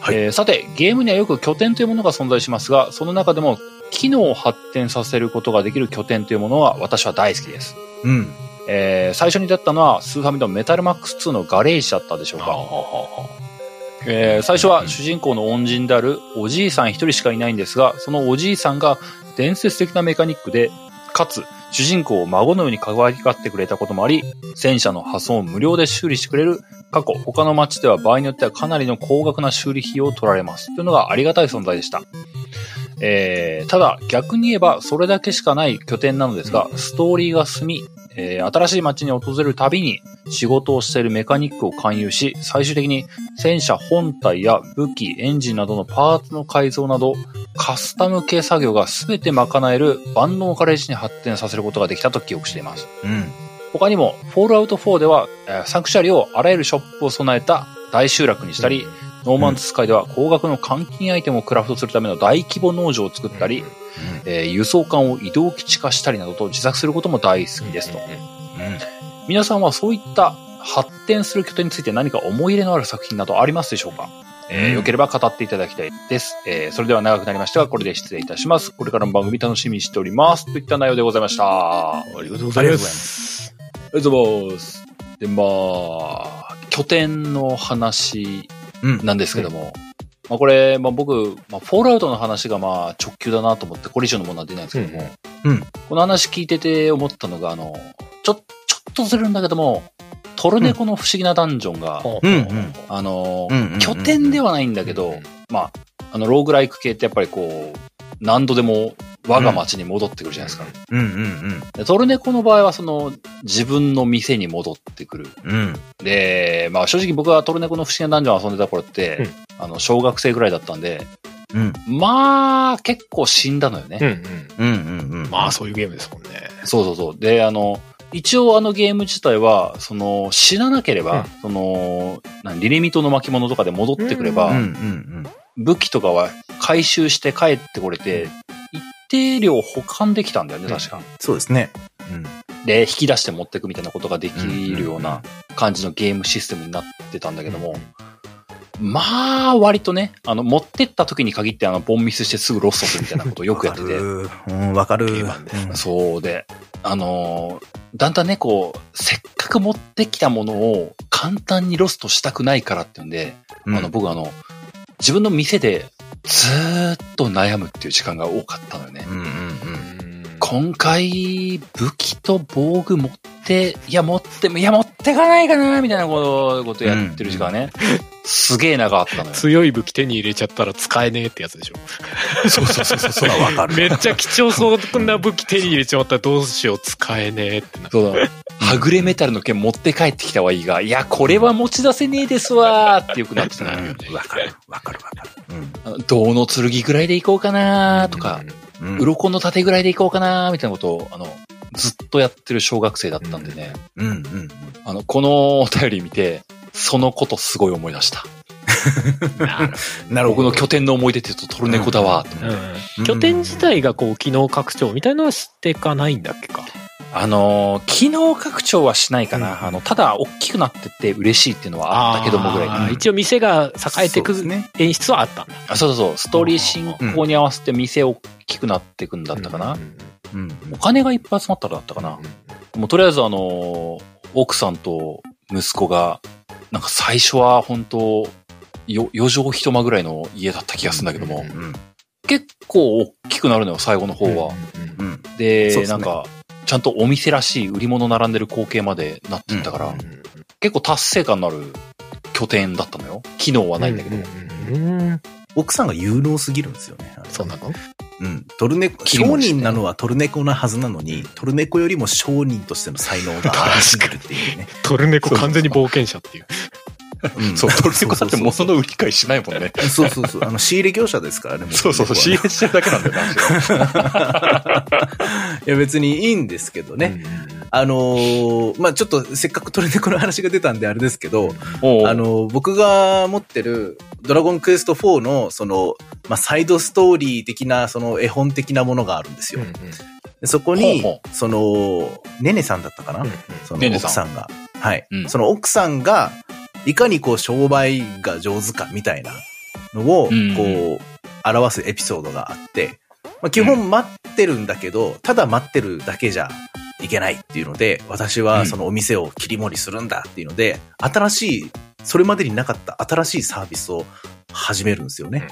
はいえーさて、ゲームにはよく拠点というものが存在しますが、その中でも、機能を発展させることができる拠点というものは私は大好きです。うん。えー最初に出会ったのは、スーファミのメタルマックス2のガレージだったでしょうか。えー最初は主人公の恩人であるおじいさん一人しかいないんですが、そのおじいさんが伝説的なメカニックで、かつ主人公を孫のように可愛がってくれたこともあり、戦車の破損を無料で修理してくれる、過去他の街では場合によってはかなりの高額な修理費用を取られます。というのがありがたい存在でした。えーただ逆に言えばそれだけしかない拠点なのですが、ストーリーが進み、えー新しい街に訪れるたびに仕事をしているメカニックを勧誘し、最終的に戦車本体や武器、エンジンなどのパーツの改造など、カスタム系作業が全て賄える万能ガレージに発展させることができたと記憶しています。うん。他にも、フォールアウト4では、えーサンクシャリをあらゆるショップを備えた大集落にしたり、ノーマンズスカイでは高額の換金アイテムをクラフトするための大規模農場を作ったり、えー輸送艦を移動基地化したりなどと自作することも大好きですと。皆さんはそういった発展する拠点について何か思い入れのある作品などありますでしょうか、えうんー、よければ語っていただきたいです。えー、それでは長くなりましたが、これで失礼いたします。これからの番組楽しみにしております。といった内容でございました。あありがとうごありがとうございまます。す。りがとうございます。で、まあ、拠点の話うん。なんですけども、まあこれ、まあ僕、まあ、フォールアウトの話がまあ直球だなと思って、これ以上のものは出ないんですけども、うんうんうんこの話聞いてて思ったのが、あの、ちょ、ちょっとずれるんだけども、トルネコの不思議なダンジョンが、うんうんあの、うん拠点では、はないんだけど、まあ、あの、ローグライク系ってやっぱりこう、何度でも我が町に戻ってくるじゃないですか。うんうんでトルネコの場合はその、自分の店に戻ってくる。うん。うん。で、まあ正直僕がトルネコの不思議なダンジョンを遊んでた頃って、うんあの、小学生ぐらいだったんで、うんまあ、結構死んだのよね。うんうん。うんうんうん。まあ、そういうゲームですもんね。そうそうそう。で、あの、一応あのゲーム自体は、その、死ななければ、うんその、なんリレミトの巻物とかで戻ってくれば、うんうん武器とかは回収して帰ってこれて、一定量保管できたんだよね、うん確か。そうですね。うん。で、引き出して持ってくみたいなことができるような感じのゲームシステムになってたんだけども、まあ、割とね、あの、持ってった時に限って、あの、ボンミスしてすぐロストするみたいなことをよくやってて、うん、わかる。定番ですねそうで、あのーだんだんね、こう、せっかく持ってきたものを簡単にロストしたくないからっていうんで、うんあの、僕あの、自分の店でずーっと悩むっていう時間が多かったのよね。うんうん今回、武器と防具持って、いや、持っても、いや、持ってかないかな、みたいなこと、ことやってる時間ね、すげえ長かったのよ。強い武器手に入れちゃったら使えねえってやつでしょ。うん。そうそうそうそう。そらわか る。めっちゃ貴重そうな武器手に入れちまったらどうしよう使えねえってな。そうだ。はぐれメタルの剣持って帰ってきたはいいが、いや、これは持ち出せねえですわーってよくなってたのよ。うんわかる。わかるわかる。銅の剣ぐらいで行こうかなーとか、うん。うん。鱗の盾ぐらいで行こうかなーみたいなことを、あの、ずっとやってる小学生だったんでね、うんうん。あの、このお便り見て、そのことすごい思い出した。なるなるほ僕ど。の拠点の思い出って言うとトルネコだわーと、ほどうん拠点自体がこう機能拡張みたいのはしてかないんだっけか。あのー、機能拡張はしないかな。うんあの、ただ、大きくなってって嬉しいっていうのはあったけどもぐらいあに。ー一応店が栄えてくそうですね。演出はあったんだ。あそうそうそう、ストーリー進行に合わせて店大きくなっていくんだったかな。ううん。お金がいっぱい集まったらだったかな。もうとりあえずあの、奥さんと息子が、なんか最初は本当よ、4畳一間ぐらいの家だった気がするんだけども、うんうんうん結構大きくなるのよ、最後の方は。ん。うん。で、そうっすなねんか、ちゃんとお店らしい売り物並んでる光景までなってったから、結構達成感のある拠点だったのよ。機能はないんだけど。ど。奥さんが有能すぎるんですよね。そうなのうん。トルネコ、切り商盛りして人なのはトルネコなはずなのに、トルネコよりも商人としての才能が確かにあるっていうね。トルネコ完全に冒険者っていう。うんトルネコだって物の売り買いしないもんね。そうそうそう。あの、仕入れ業者ですからね。もトルネコはね CM してるだけなんだよ、マジで いや、別にいいんですけどね。うんあのーまあちょっとせっかくトルネコの話が出たんであれですけど、おうあの、僕が持ってるドラゴンクエスト4の、その、まあ、サイドストーリー的な、その絵本的なものがあるんですよ。うんうんでそこに、ほうほその、ねねさんだったかな、うんうんそのねねさん奥さんが。はい、うんその奥さんが、いかにこう商売が上手かみたいなのを、こうんうんう、表すエピソードがあって、まあ、基本待ってるんだけど、ただ待ってるだけじゃいけないっていうので、私うはんそのお店を切り盛りするんだっていうので、新しい、それまでになかった新しいサービスを始めるんですよね。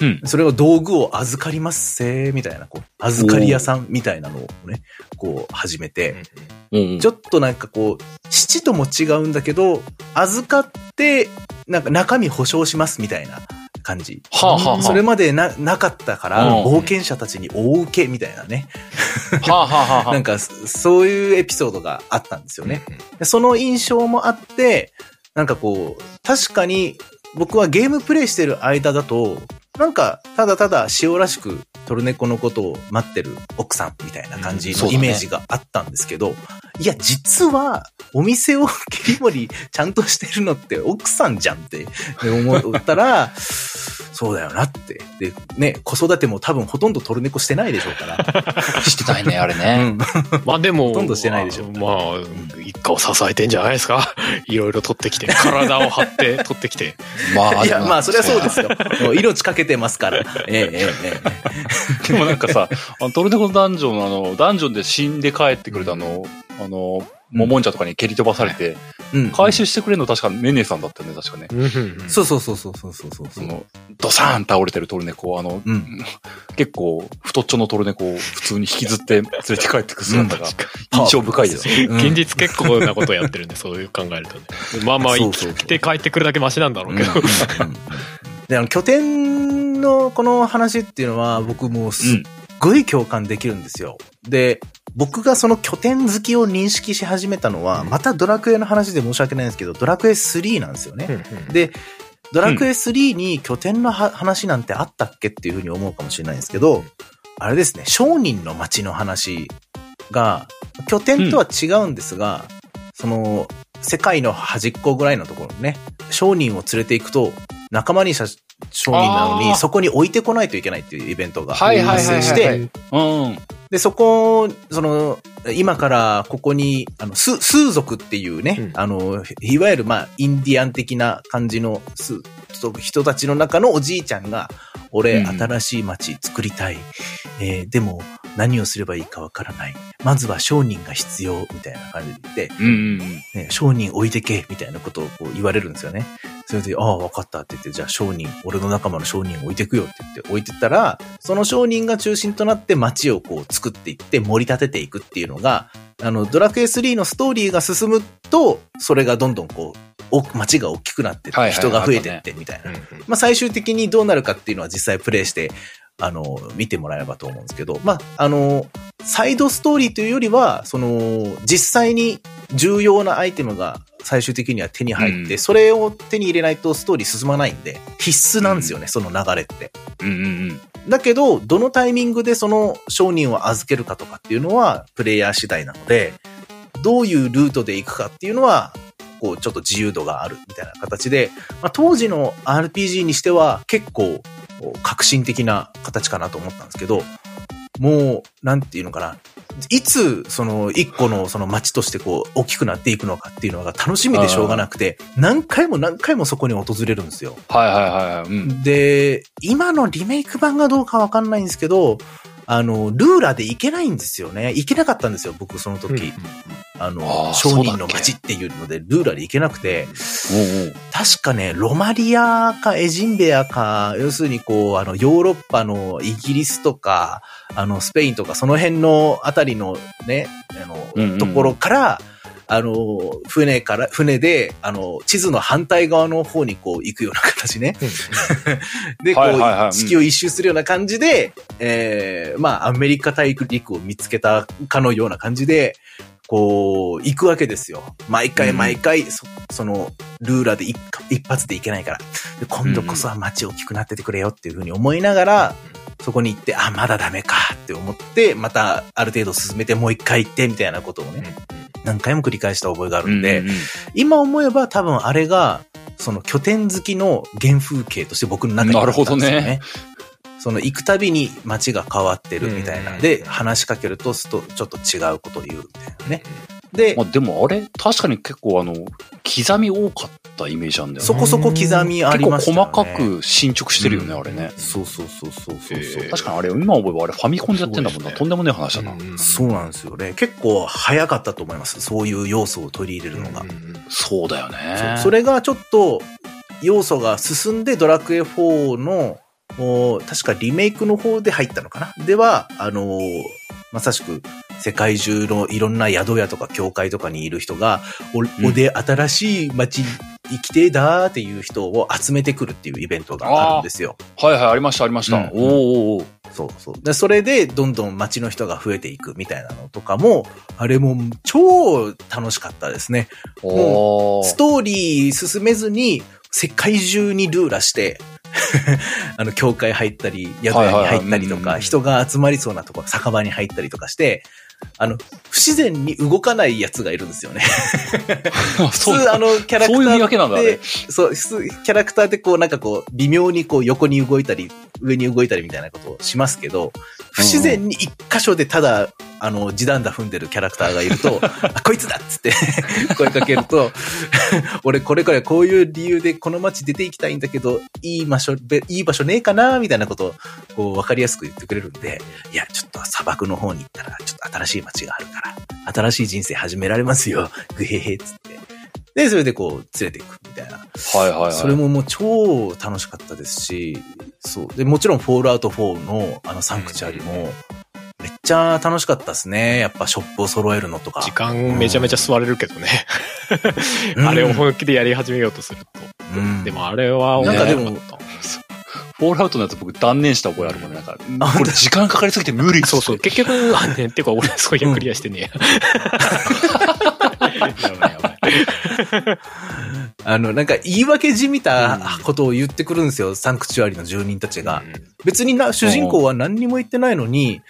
うんそれを道具を預かりますせーみたいな、こう、預かり屋さんみたいなのをね、こう始めて、うんうんちょっとなんかこう、質とも違うんだけど、預かって、なんか中身保証しますみたいな感じ。はあはあはあそれまでな、なかったから、うん冒険者たちに大受けみたいなね。はあはあはあはあなんか、そそういうエピソードがあったんですよね。でその印象もあって、なんかこう、確かに僕はゲームプレイしてる間だと、なんか、ただただ塩らしくトルネコのことを待ってる奥さんみたいな感じうんそうのだねイメージがあったんですけど、いや、実は、お店を切り盛りちゃんとしてるのって奥さんじゃんって思ったら、 そうだよなって。で、ね、子育ても多分ほとんどトルネコしてないでしょうから。してないね、あれうね。んまあでも、ほとんどしてないでしょまあ、一家を支えてんじゃないですか。 いろいろ取っ てきて、体を張って取ってきて。まあ、いや、でもまあ、そりゃそうですよ。もう命かけてますから。ええええええでもなんかさ、あのトルネコのダンジョンのあの、ダンジョンで死んで帰ってくれたあの、あの、モモンチャとかに蹴り飛ばされて、うん回収してくれるの確かねねさんだったよね、確かね。そうそうそうそうそうそうそ。そうの、ドサーン倒れてるトルネコを、あの、うん。結構、太っちょのトルネコを普通に引きずって連れて帰ってく姿がうん印象深いですよ。うん現実結構なことやってるんで、そういう考えるとね。まあまあ、そ生うそうそうきて帰ってくるだけマシなんだろうけど。うんうんで、あの、拠点のこの話っていうのは、僕もうすっごい共感できるんですよ。で、僕がその拠点好きを認識し始めたのは、またドラクエの話で申し訳ないんですけど、ドラクエ3なんですよね。で、ドラクエ3に拠点のは話なんてあったっけっていうふうに思うかもしれないんですけど、あれですね、商人の町の話が、拠点とは違うんですが、その、世界の端っこぐらいのところにね、商人を連れて行くと、仲間にした商人なのあーに、そこに置いてこないといけないっていうイベントがはいはいはいはい発生して、うん。で、そこ、その、今からここに、あの、ス、スー族っていうね、うんあの、いわゆるまあ、インディアン的な感じのスー人たちの中のおじいちゃんが、俺、うん新しい町作りたい。えーでも、何をすればいいかわからない。まずは商人が必要、みたいな感じで言って、うんうんうん。ね、商人置いてけ、みたいなことをこう言われるんですよね。それで、ああ、わかったって言って、じゃあ商人、俺の仲間の商人置いてくよって言って置いてったら、その商人が中心となって街をこう作っていって盛り立てていくっていうのが、あの、ドラクエ3のストーリーが進むと、それがどんどんこう、お街が大きくなってっはいはて、い人が増えてってみたいな。まあ最終的にどうなるかっていうのは実際プレイして、あの、見てもらえればと思うんですけど、まあ、あの、サイドストーリーというよりは、その、実際に重要なアイテムが最終的には手に入っうて、んそれを手に入れないとストーリー進まないんで、必須なんですよね、その流れって。うんうんうん。だけど、どのタイミングでその商人を預けるかとかっていうのは、プレイヤー次第なので、どういうルートで行くかっていうのは、こう、ちょっと自由度があるみたいな形で、まあ、当時の RPG にしては結構、こう革新的な形かなと思ったんですけど、もう、なんていうのかな。いつ、その、一個の、その街として、こう、大きくなっていくのかっていうのが楽しみでしょうがなくて、何回も何回もそこに訪れるんですよ。はいはいはいはい。うん。で、今のリメイク版がどうかわかんないんですけど、あの、ルーラーで行けないんですよね。行けなかったんですよ、僕その時。あのあー商人のそうだっけ街っていうので、ルーラーで行けなくて、おうおう確かね、ロマリアかエジンベアか、要するにこう、あの、ヨーロッパのイギリスとか、あの、スペインとか、その辺のあたりのね、あの、うんうんところから、あの、船から、船で、あの、地図の反対側の方にこう行くような形ね。で、こ、はいはいはいうん地球を一周するような感じで、えーまあ、アメリカ大陸を見つけたかのような感じで、こう、行くわけですよ。毎回毎回、そその、ルーラーで一一発で行けないから。で今度こそは街大きくなっててくれよっていうふうに思いながら、そこに行って、あ、まだダメかって思って、またある程度進めてもう一回行ってみたいなことをね、何回も繰り返した覚えがあるんで、うんうん今思えば多分あれが、その拠点好きの原風景として僕の中にあったんですよなるほどね。その行くたびに街が変わってるみたいな。うんで、話しかけると、ちょっと違うことを言うみたいなね。でま、あ、でもあれ、確かに結構あの、刻み多かったイメージなんだよそね。こそこ刻みあ結り構ました、ね。細か。く進捗してるよね、うんあれね。そうそうそうそうそうそう。えー確かにあれ、今思えばあれ、ファミコンでやってんだもんな。そうですねとんでもねえ話だな。んそうなんですよね。結構早かったと思います。そういう要素を取り入れるのが。そうだよね。そうそれがちょっと要素が進んでドラクエ4の、おー確かリメイクの方で入ったのかなでは、あのーまさしく世界中のいろんな宿屋とか教会とかにいる人が、お、おで新しい街生きてえだーっていう人を集めてくるっていうイベントがあるんですよ。はいはい、ありました、ありました。うんおーおーおーそうそう。で、それでどんどん街の人が増えていくみたいなのとかも、あれも超楽しかったですね。おスートーリー進めずに、世界中にルー ラして、あの、教会入ったり、宿屋に入ったりとはいはいはいか、うん人が集まりそうなところ、酒場に入ったりとかして、あの、不自然に動かないやつがいるんですよね。あ 普そう通、あの、キャラクターって。そういう見分けなんだあれそう、普通、キャラクターってこう、なんかこう、微妙にこう、横に動いたり、上に動いたりみたいなことをしますけど、不自然に一箇所でただ、あの、地団打踏んでるキャラクターがいると、あこいつだっつって 声かけると、 俺これこれこういう理由でこの街出ていきたいんだけど、いい場所、べいい場所ねえかなみたいなことを、こう、わかりやすく言ってくれるんで、いや、ちょっと砂漠の方に行ったら、ちょっと新しい街があるから、新しい人生始められますよ、ぐへへ、つって。で、それでこう、連れていくみたいな。はいはいはい。それももう超楽しかったですし、そう。で、もちろん、フォールアウト4のあのサンクチュアリも、めっちゃ楽しかったですね。やっぱショップを揃えるのとか。時間めちゃめちゃ吸われるけどね。あれを本気でやり始めようとすると。うんでもあれは、なんかでも面白かったフォールアウトのやつ僕断念した覚えあるもんね。なんか、あこれ時間かかりすぎて無理っつってそうそう。。結局、あ、ね、てか俺そういうクリアしてねえや。やばいやばい。あの、なんか言い訳じみうんたことを言ってくるんですよ。サンクチュアリの住人たちが。うん別にな、主人公は何にも言ってないのに、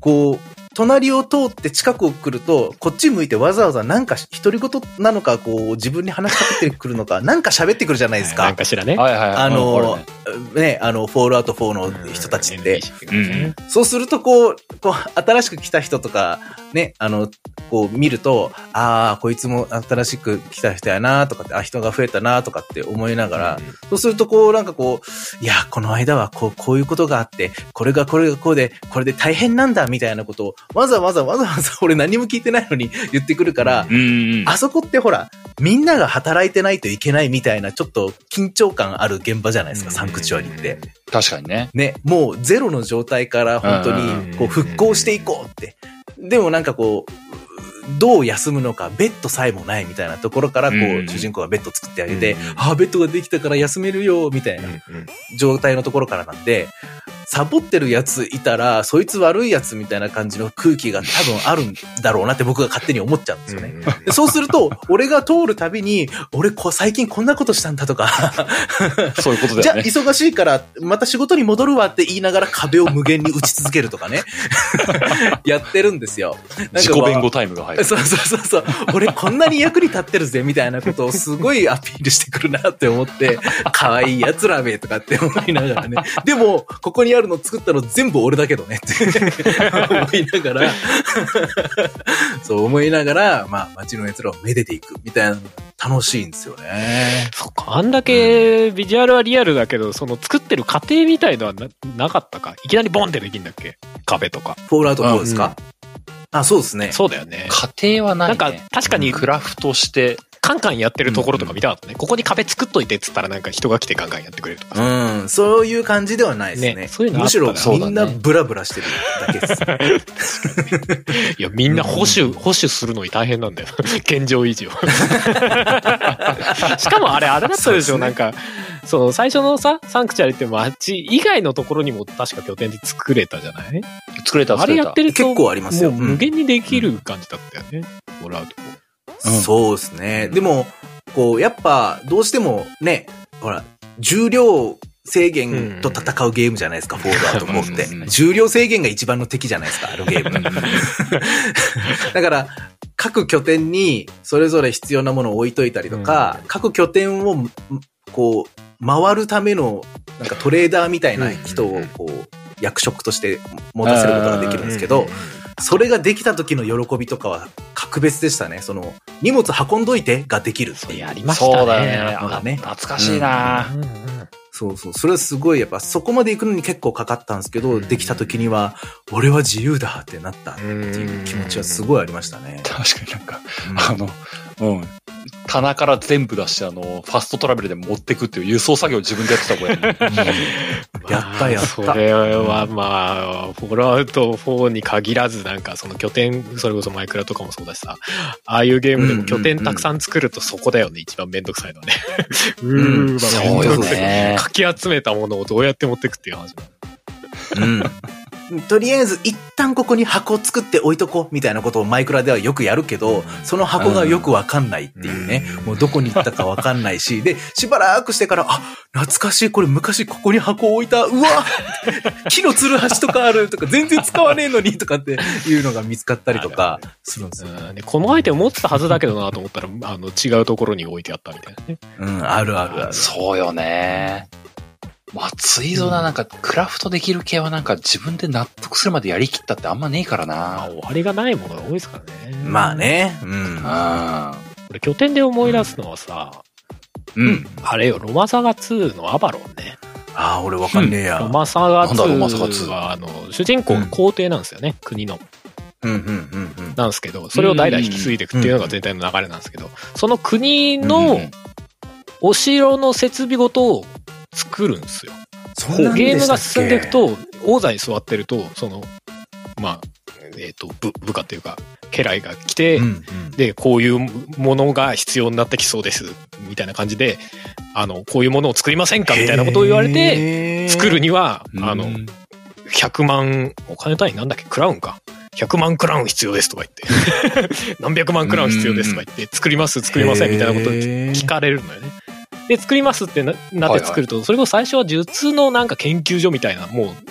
こう、隣を通って近くを来ると、こっち向いてわざわざなんか独り言なのか、こう、自分に話しかけてくるのか、なんか喋ってくるじゃないですなかん。かしらね。はいはいはい。あのわかるね、ね、あの、フォールアウト4の人たちって、うんうんそうするとこう、こう、新しく来た人とか、ね、あの、こう見ると、ああ、こいつも新しく来た人やなとかって、あ、人が増えたなとかって思いながら、そうするとこう、なんかこう、いや、この間はこう、こういうことがあって、これがこれがこうで、これで大変なんだ、みたいなことを、わざわざわざわざ俺何も聞いてないのに言ってくるから、うんうん。あそこってほら、みんなが働いてないといけないみたいな、ちょっと緊張感ある現場じゃないですか、サンクチュアリって。確かにね。ね、もうゼロの状態から本当にこううん復興していこうって。でもなんかこう、どう休むのか、ベッドさえもないみたいなところから、こうう、ん主人公がベッド作ってあげてうん、ああ、ベッドができたから休めるよ、みたいな状態のところからなんで、サボってるやついたら、そいつ悪いやつみたいな感じの空気が多分あるんだろうなって僕が勝手に思っちゃうんですよね。でそうすると、俺が通るたびに、俺こう最近こんなことしたんだとか、そういうことだじゃよあね。忙しいから、また仕事に戻るわって言いながら壁を無限に打ち続ける とかね。やってるんですよ。なん自かまあ己弁護タイムが入る。 そうそうそうそう。俺こんなに役に立ってるぜ、みたいなことをすごいアピールしてくるなって思って、 可愛い奴らめ、とかって思いながら ね。でも、ここにあるの作ったの全部俺だけどね、って 思いながら、 そう思いながら、まあ、街の奴らをめでていく、みたいなのが楽しいんですよね。そっか、あんだけビジュアルはリアルだけど、その作ってる過程みたいのはななかったか。いきなりボンってできんだっけ壁とか。フォールアウトどうですか、あ、そうですね。そうだよね。家庭はない、なね。んか確かにクラフトして、カンカンやってるところとか見たかったね。ここに壁作っといてっつったらなんか人が来てカンカンやってくれるとか。うん、そういう感じではないですね。ねそういうのあむっしたらろみんなブラブラしてるだけです。 いや、みんな保守、保守するのに大変なんだよ。 現状維持を。 しかもあれ、あれだったでしょそうですねなんか、その最初のさ、サンクチュアリって街以外のところにも確か拠点で作れたじゃない作れた、あ作れれやったて。ると、結構ありますよもう無限にできる感じだったよね。もらうとうこ。んそうですね。でも、こう、やっぱ、どうしてもね、ほら、重量制限と戦うゲームじゃないですか、フォールアウ ト4うんうんうっんて。重量制限が一番の敵じゃないですか、あのゲーム。 だから、各拠点にそれぞれ必要なものを置いといたりとか、各拠点を、んこう、回るための、なんかトレーダーみたいな人を、こう、役職として持たせることができるんですけど、それができた時の喜びとかは格別でしたね。その、荷物運んどいてができるっていう。やりましたね。そうだよね。なんあか懐かしいな、うんうんそうそう。それはすごい、やっぱそこまで行くのに結構かかったんですけど、うんできた時には、俺は自由だってなったっていう気持ちはすごいありましたね。確かになんか、うんあの、うん。棚から全部出して、あの、ファストトラベルで持ってくっていう輸送作業を自分でやってた子やね。やったやったそれはまあ、フォールアウト4に限らず、なんかその拠点、それこそマイクラとかもそうだしさ、ああいうゲームでも拠点たくさん作るとそこだよね、一番めんどくさいのはね。ううんーそわ、うめんどくよさい。かき集めたものをどうやって持ってくっていう話。うん。 とりあえず、一旦ここに箱を作って置いとこうみたいなことをマイクラではよくやるけど、その箱がよくわかんないっていうね。もうどこに行ったかわかんないし、で、しばらくしてから、あ、懐かしい、これ昔ここに箱置いた、うわ木のつるはしとかあるとか、全然使わねえのにとかっていうのが見つかったりとかするんですよ。うんでこのアイテム持ってたはずだけどなと思ったら、あの、違うところに置いてあったみたいなね。うん、あるあるある。そうよね。まあ、ツイードな、なんか、クラフトできる系はなんか自分で納得するまでやりきったってあんまねえからまな。あ、終わりがないものが多いですからね。まあ。ね。うん。俺、拠点で思い出すのはさ、うん。うん。あれよ、ロマサガ2のアバロンね。ああ、俺わかんねえや。ロマサガなんだロマサガ2 2は、あの、主人公が皇帝なんですよね、国の。うんうんうんうん。なんですけど、それを代々引き継いでいくっていうのが全体の流れなんですけど、その国のお城の設備ごとを作るんですよ。そゲームが進んでいく、と、王座に座ってると、その、まあ、えっ、と、部、部下というか、家来が来て、うんうん、で、こういうものが必要になってきそうです、みたいな感じで、あの、こういうものを作りませんかみたいなことを言われて、て作るには、あのうん、、 100万、お金単位なんだっけクラウンか。100万クラウン必要ですとか言って。 何百万クラウン必要ですとか言って、作ります作りませんみたいなことを聞かれるのよね。で、作りますってななって作ると、それこそ最初は術のなんか研究所みたいな、もう、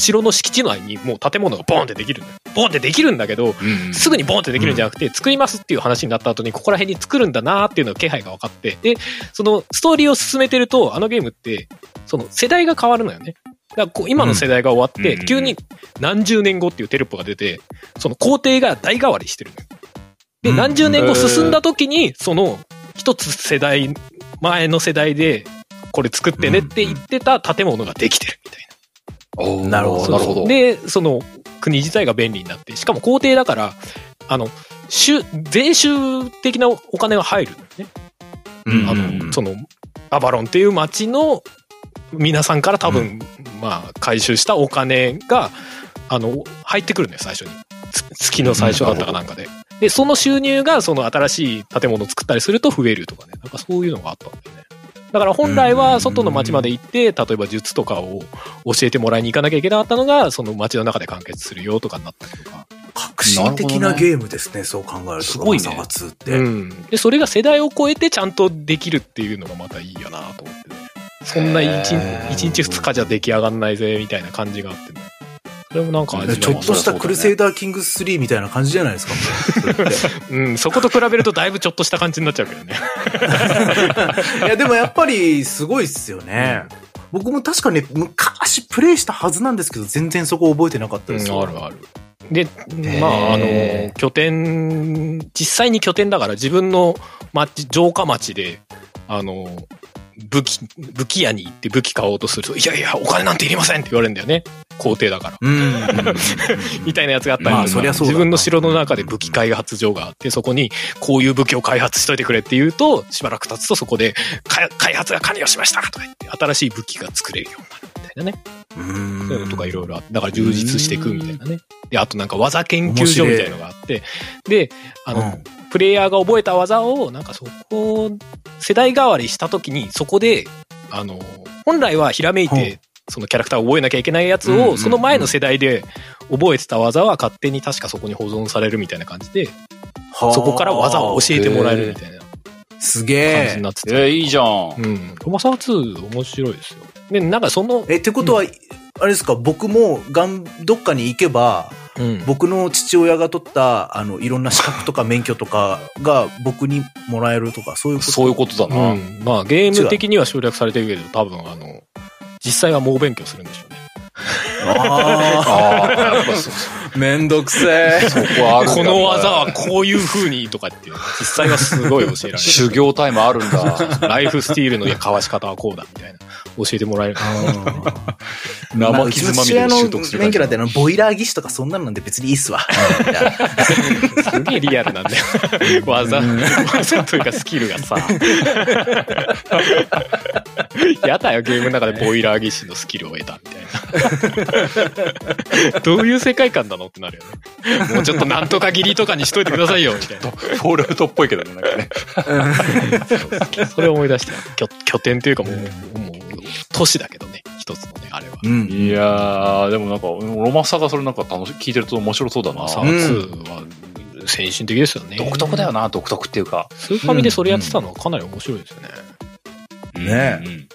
城の敷地内にもう建物がボーンってできるのよ。ボーンってできるんだけど、すぐにボーンってできるんじゃなくて、作りますっていう話になった後に、ここら辺に作るんだなーっていうのが気配が分かって、で、そのストーリーを進めてると、あのゲームって、その世代が変わるのよね。だからこう今の世代が終わって、うん急に何十年後っていうテロップが出て、その工程が代替わりしてるのよ。で、うん何十年後進んだ時に、その一つ世代、前の世代で、これ作ってねって言ってた建物ができてるみたいな。おーなるほどなるほど。で、その国自体が便利になって、しかも皇帝だから、あの、収税収的なお金が入るんだよね。うんあうんうの、んその、アバロンっていう町の皆さんから多分、まあ、回収したお金が、あの、入ってくるんだよ、最初に。つ月の最初だったかなんかで。で、その収入が、その新しい建物を作ったりすると増えるとかね。なんかそういうのがあったんだよね。だから本来は外の町まで行って、例えば術とかを教えてもらいに行かなきゃいけなかったのが、その町の中で完結するよとかになったりとか。革新的なゲームですね、そう考えると。すごいねロマサガ2って。うん。で、それが世代を超えてちゃんとできるっていうのがまたいいよなと思ってね。そんな一日へー一日二日じゃ出来上がんないぜ、みたいな感じがあってね。それもなんか味わいちょっとしたクルセイダーキングス3みたいな感じじゃない ですか。うん、そこと比べるとだいぶちょっとした感じになっちゃうけどね。いや、でもやっぱりすごいっすよね。僕も確かね、昔プレイしたはずなんですけど、全然そこ覚えてなかったうん、です。あるある。で、まあ、あへの、拠点、実際に拠点だから自分の町、城下町で、あの、武器、武器屋に行って武器買おうとすると、いやいや、お金なんていりませんって言われるんだよね。皇帝だから。うん。うんみたいなやつがあったまありとそか、りゃそうだ自分の城の中で武器開発場があって、そこにこういう武器を開発しといてくれって言うと、しばらく経つとそこで、か開発が完了しましたとか言って、新しい武器が作れるようになるみたいなね。うんそういうのとかいろいろあって、だから充実していくみたいなね。で、あとなんか技研究所みたいのがあって、で、あの、うんプレイヤーが覚えた技を、なんかそこ、世代代わりした時に、そこで、あの、本来はひらめういんて、そのキャラクターを覚えなきゃいけないやつうんうんうを、んその前の世代で覚えてた技は勝手に確かそこに保存されるみたいな感じで、はあそこから技を教えてもらえるみたいなす感じげにえ。なってて。えーいいじゃん。うん。ロマサガ2面白いですよ。で、なんかその、え、ってことは、あれですか、僕も、がん、どっかに行けば、うん僕の父親が取った、あの、いろんな資格とか免許とかが僕にもらえるとか、そういうことそういうことだな。うんまあゲーム的には省略されてるけど、多分あの、実際は猛勉強するんでしょうね。あああ、やっぱそそ あ、めんどくせえ。こはあるんだこの技はこういう風にとかっていう、実際はすごい教えられる。修行タイムあるん だ。ライフスティールのかわし方はこうだみたいな。教えてもらえるかな。生傷まみれで習得するまあうちの父親の感免許じなんてあの、ボイラー技師とかそんなのなんで別にいいっすわ。みたいなすげえリアルなんだよ。技、技というかスキルがさ。やだよ、ゲームの中でボイラー技師のスキルを得たみたいな。どういう世界観なのってなるよね。もうちょっとなんとか切りとかにしといてくださいよ、みたいな。フォールアウトっぽいけどね、なんかね。それを思い出した。拠拠点というかもう、もう、都市だけどね、一つのね、あれは。うん。いやー、でもなんか、ロマサがそれなんか楽し、聞いてると面白そうだな。サうーん2は先進的ですよね。独特だよな、独特っていうか。スーファミでそれやってたのはかなり面白いですよね。ねえ。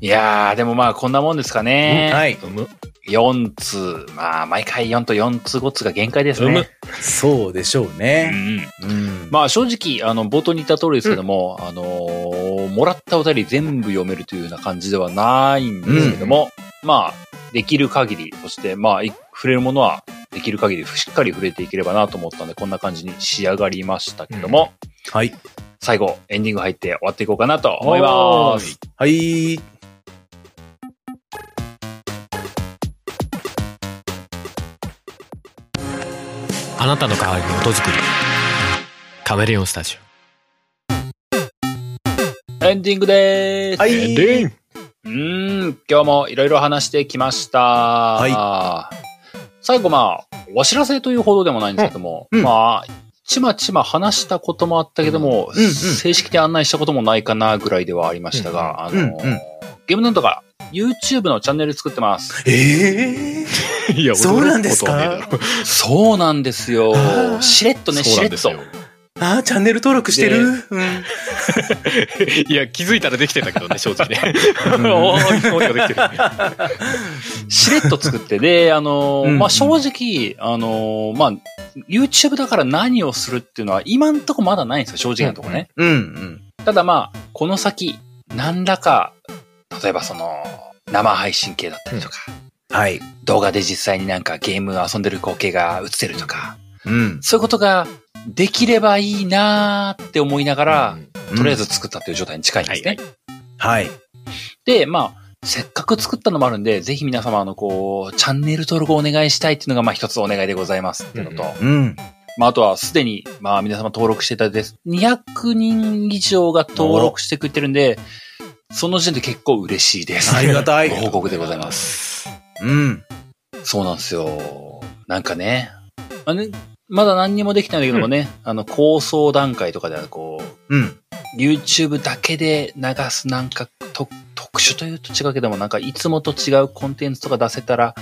いやー、でもまあこんなもんですかね。はい。うむ。 4通。まあ毎回4と4通5通が限界ですうねむ。そうでしょううんね。うんうん。まあ正直、あの、冒頭に言った通りですけども、あのーもらったお便り全部読めるというような感じではないんですけども、まあ、できる限り、そしてまあ、い触れるものはできる限りしっかり触れていければなと思ったんで、こんな感じに仕上がりましたけども、はい。最後、エンディング入って終わっていこうかなと思います。はい。あなたの代わりに音作り。カメレオンスタジエンディングでーす。はオ。い。ンうーん、今日もいろいろ話してきました。最後、まあ、お知らせというほどでもないんですけども、うんうんまあ、ちまちま話したこともあったけども、うんうん正式に案内したこともないかなぐらいではありましたが、うんあの、うんうんゲームなんとか YouTube のチャンネル作ってます。ええいや、そうなんですか驚くことはねそうなんですよあー。しれっとね、そうしなれっんですとよ。。ああ、チャンネル登録してでるうん。いや、気づいたらできてたけどね、正直ね。おーいつもよりできてるねしれっと作って、で、あのーうんまあ、正直、あのーまあ、YouTube だから何をするっていうのは、今んとこまだないんですよ、正直なとこね。うん。うん。ただまあ、この先、何らか、例えばその、生配信系だったりとか、はい。動画で実際になんかゲーム遊んでる光景が映ってるとか、うん。そういうことができればいいなーって思いながら、とりあえず作ったという状態に近いんですね。はいはい。で、まあ、せっかく作ったのもあるんで、ぜひ皆様、あの、こう、チャンネル登録をお願いしたいっていうのが、まあ、一つお願いでございますっていうのと、うんううん。まあ、あとは、すでに、まあ、皆様登録していただいて、200人以上が登録してくれてるんで、その時点で結構嬉しいです。ありがた いご。報告でございます。うん。そうなんですよ。なんかね、まあねまだ何にもできてないんだけどもね、あの、構想段階とかでは、こう、うん。 YouTube だけで流すなんかと特殊というと違うけどもなんかいつもと違うコンテンツとか出せたら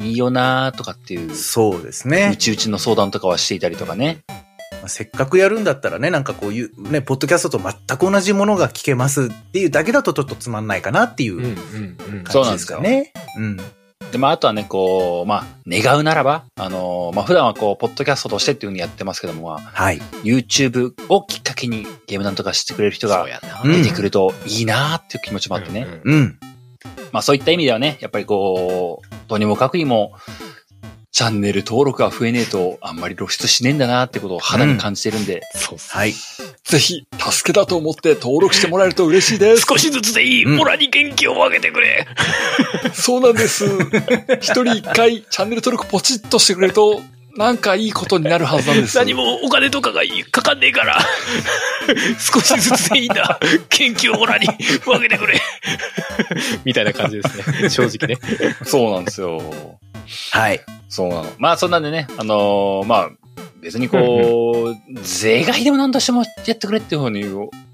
いいよなーとかっていうそうですうね。ちうちの相談とかはしていたりとかねまあせっかくやるんだったらね、なんかこういう、ね、ポッドキャストと全く同じものが聞けますっていうだけだとちょっとつまんないかなっていううん感うんうん。そうじですかね。うん。でまああとはねこうまあ願うならばあのーまあ普段はこうポッドキャストとしてっていうふうにやってますけども、まあ、はい。 YouTube をきっかけにゲームなんとかしてくれる人そがうやな。うん出てくるといいなーっていう気持ちもあってね、うんうんうん。まあそういった意味ではね、やっぱりこう、とにもかくにも、チャンネル登録が増えねえと、あんまり露出しねえんだなってことを肌に感じてるんで、そうっすはい。ぜひ、助けだと思って登録してもらえると嬉しいで 少しずつでいい、うんオラに元気を分けてくれ。 そうなんです。一人一回、チャンネル登録ポチッとしてくれると、なんかいいことになるはずなんで何もお金とかがかかんねえから。少しずつでいいんだ。元気をオラに分けてくれ。みたいな感じですね。正直ね。そうなんですよ。はい。そうなの。まあそんなんでね、あのーまあ、別にこう、是外でも何としてもやってくれっていうふうに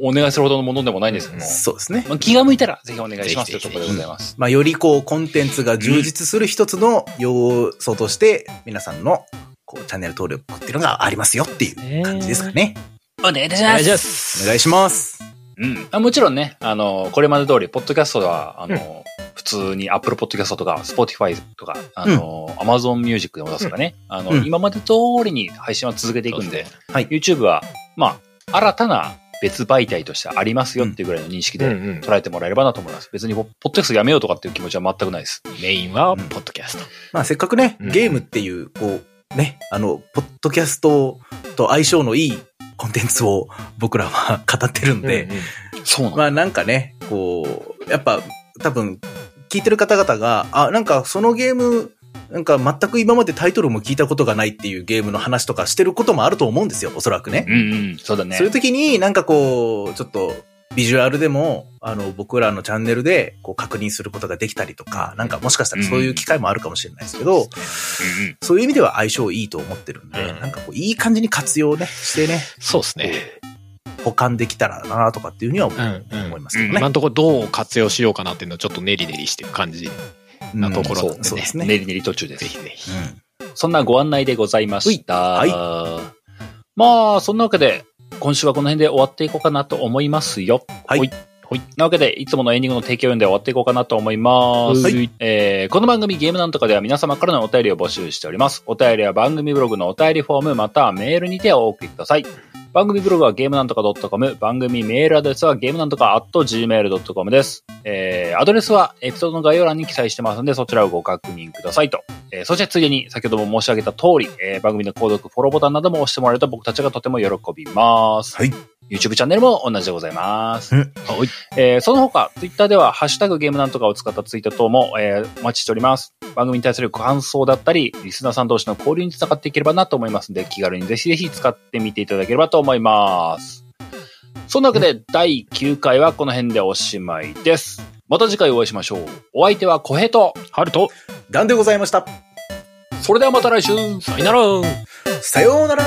お願いするほどのものでもないんですけども。そうですね。まあ、気が向いたらぜひお願いしますというところでございます。まあ、よりこう、コンテンツが充実する一つの要素として、皆さんの、こう、チャンネル登録っていうのがありますよっていう感じですかね。お願いいたします。すお願いします。うんあ。もちろんね、あの、これまで通り、ポッドキャストは、あの、普通に Apple Podcast とか Spotify とか、あの、Amazon Music でも出すとかね、あの、うん今まで通りに配信は続けていくんで、はい YouTube は、まあ、新たな別媒体としてありますよっていうぐらいの認識うんうでん捉えてもらえればなと思います。別にポ、ポッドキャストやめようとかっていう気持ちは全くないです。メインはポッドキャスト。まあせっかくね、うんゲームっていう、こう、ね、あの、ポッドキャストと相性のいいコンテンツを僕らは語ってるんで、うんうんそうなんまあなんかね、こう、やっぱ多分聞いてる方々が、あ、なんかそのゲーム、なんか全く今までタイトルも聞いたことがないっていうゲームの話とかしてることもあると思うんですよ、おそらくね。うんうん、そうだね。そういう時になんかこう、ちょっと、ビジュアルでも、あの、僕らのチャンネルで、こう、確認することができたりとか、なんかもしかしたらそういう機会もあるかもしれないですけど、うんうんそういう意味では相性いいと思ってるんで、うんなんかこう、いい感じに活用ね、してね、そうですね。保管できたらなとかっていうには思うんう思いん。ますけどね。今のところどう活用しようかなっていうのをちょっとネリネリしてる感じ。うんなところそうなんでねそうですね。ねりねり途中ですぜ。ひぜひ。うそんなご案内でございました。はい。まあ、そんなわけで、今週はこの辺で終わっていこうかなと思いますよ。はいはい。なわけで、いつものエンディングの提供を読んで終わっていこうかなと思います。はいえーこの番組ゲームなんとかでは皆様からのお便りを募集しております。お便りは番組ブログのお便りフォームまたはメールにてお送りください。番組ブログはゲームなんとか .com、番組メールアドレスはゲームなんとか .gmail.com です。えーアドレスはエピソードの概要欄に記載してますので、そちらをご確認くださいと。えーそしてついでに先ほども申し上げた通り、えー番組の購読、フォローボタンなども押してもらえると僕たちがとても喜びます。はい。 YouTube チャンネルも同じでございます。うんはい。えーその他、Twitter では、ハッシュタグゲームなんとかを使ったツイート等も、えーお待ちしております。番組に対する感想だったり、リスナーさん同士の交流につながっていければなと思いますので、気軽にぜひぜひ使ってみていただければと思います。そんなわけで、第9回はこの辺でおしまいです。また次回お会いしましょう。お相手は小平と、ハルト、ん。なんでございました。それではまた来週さよならさようなら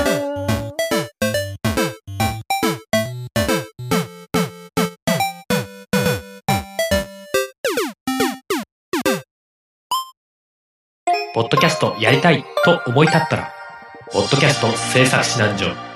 ポッドキャストやりたいと思い立ったら、ポッドキャスト制作指南所。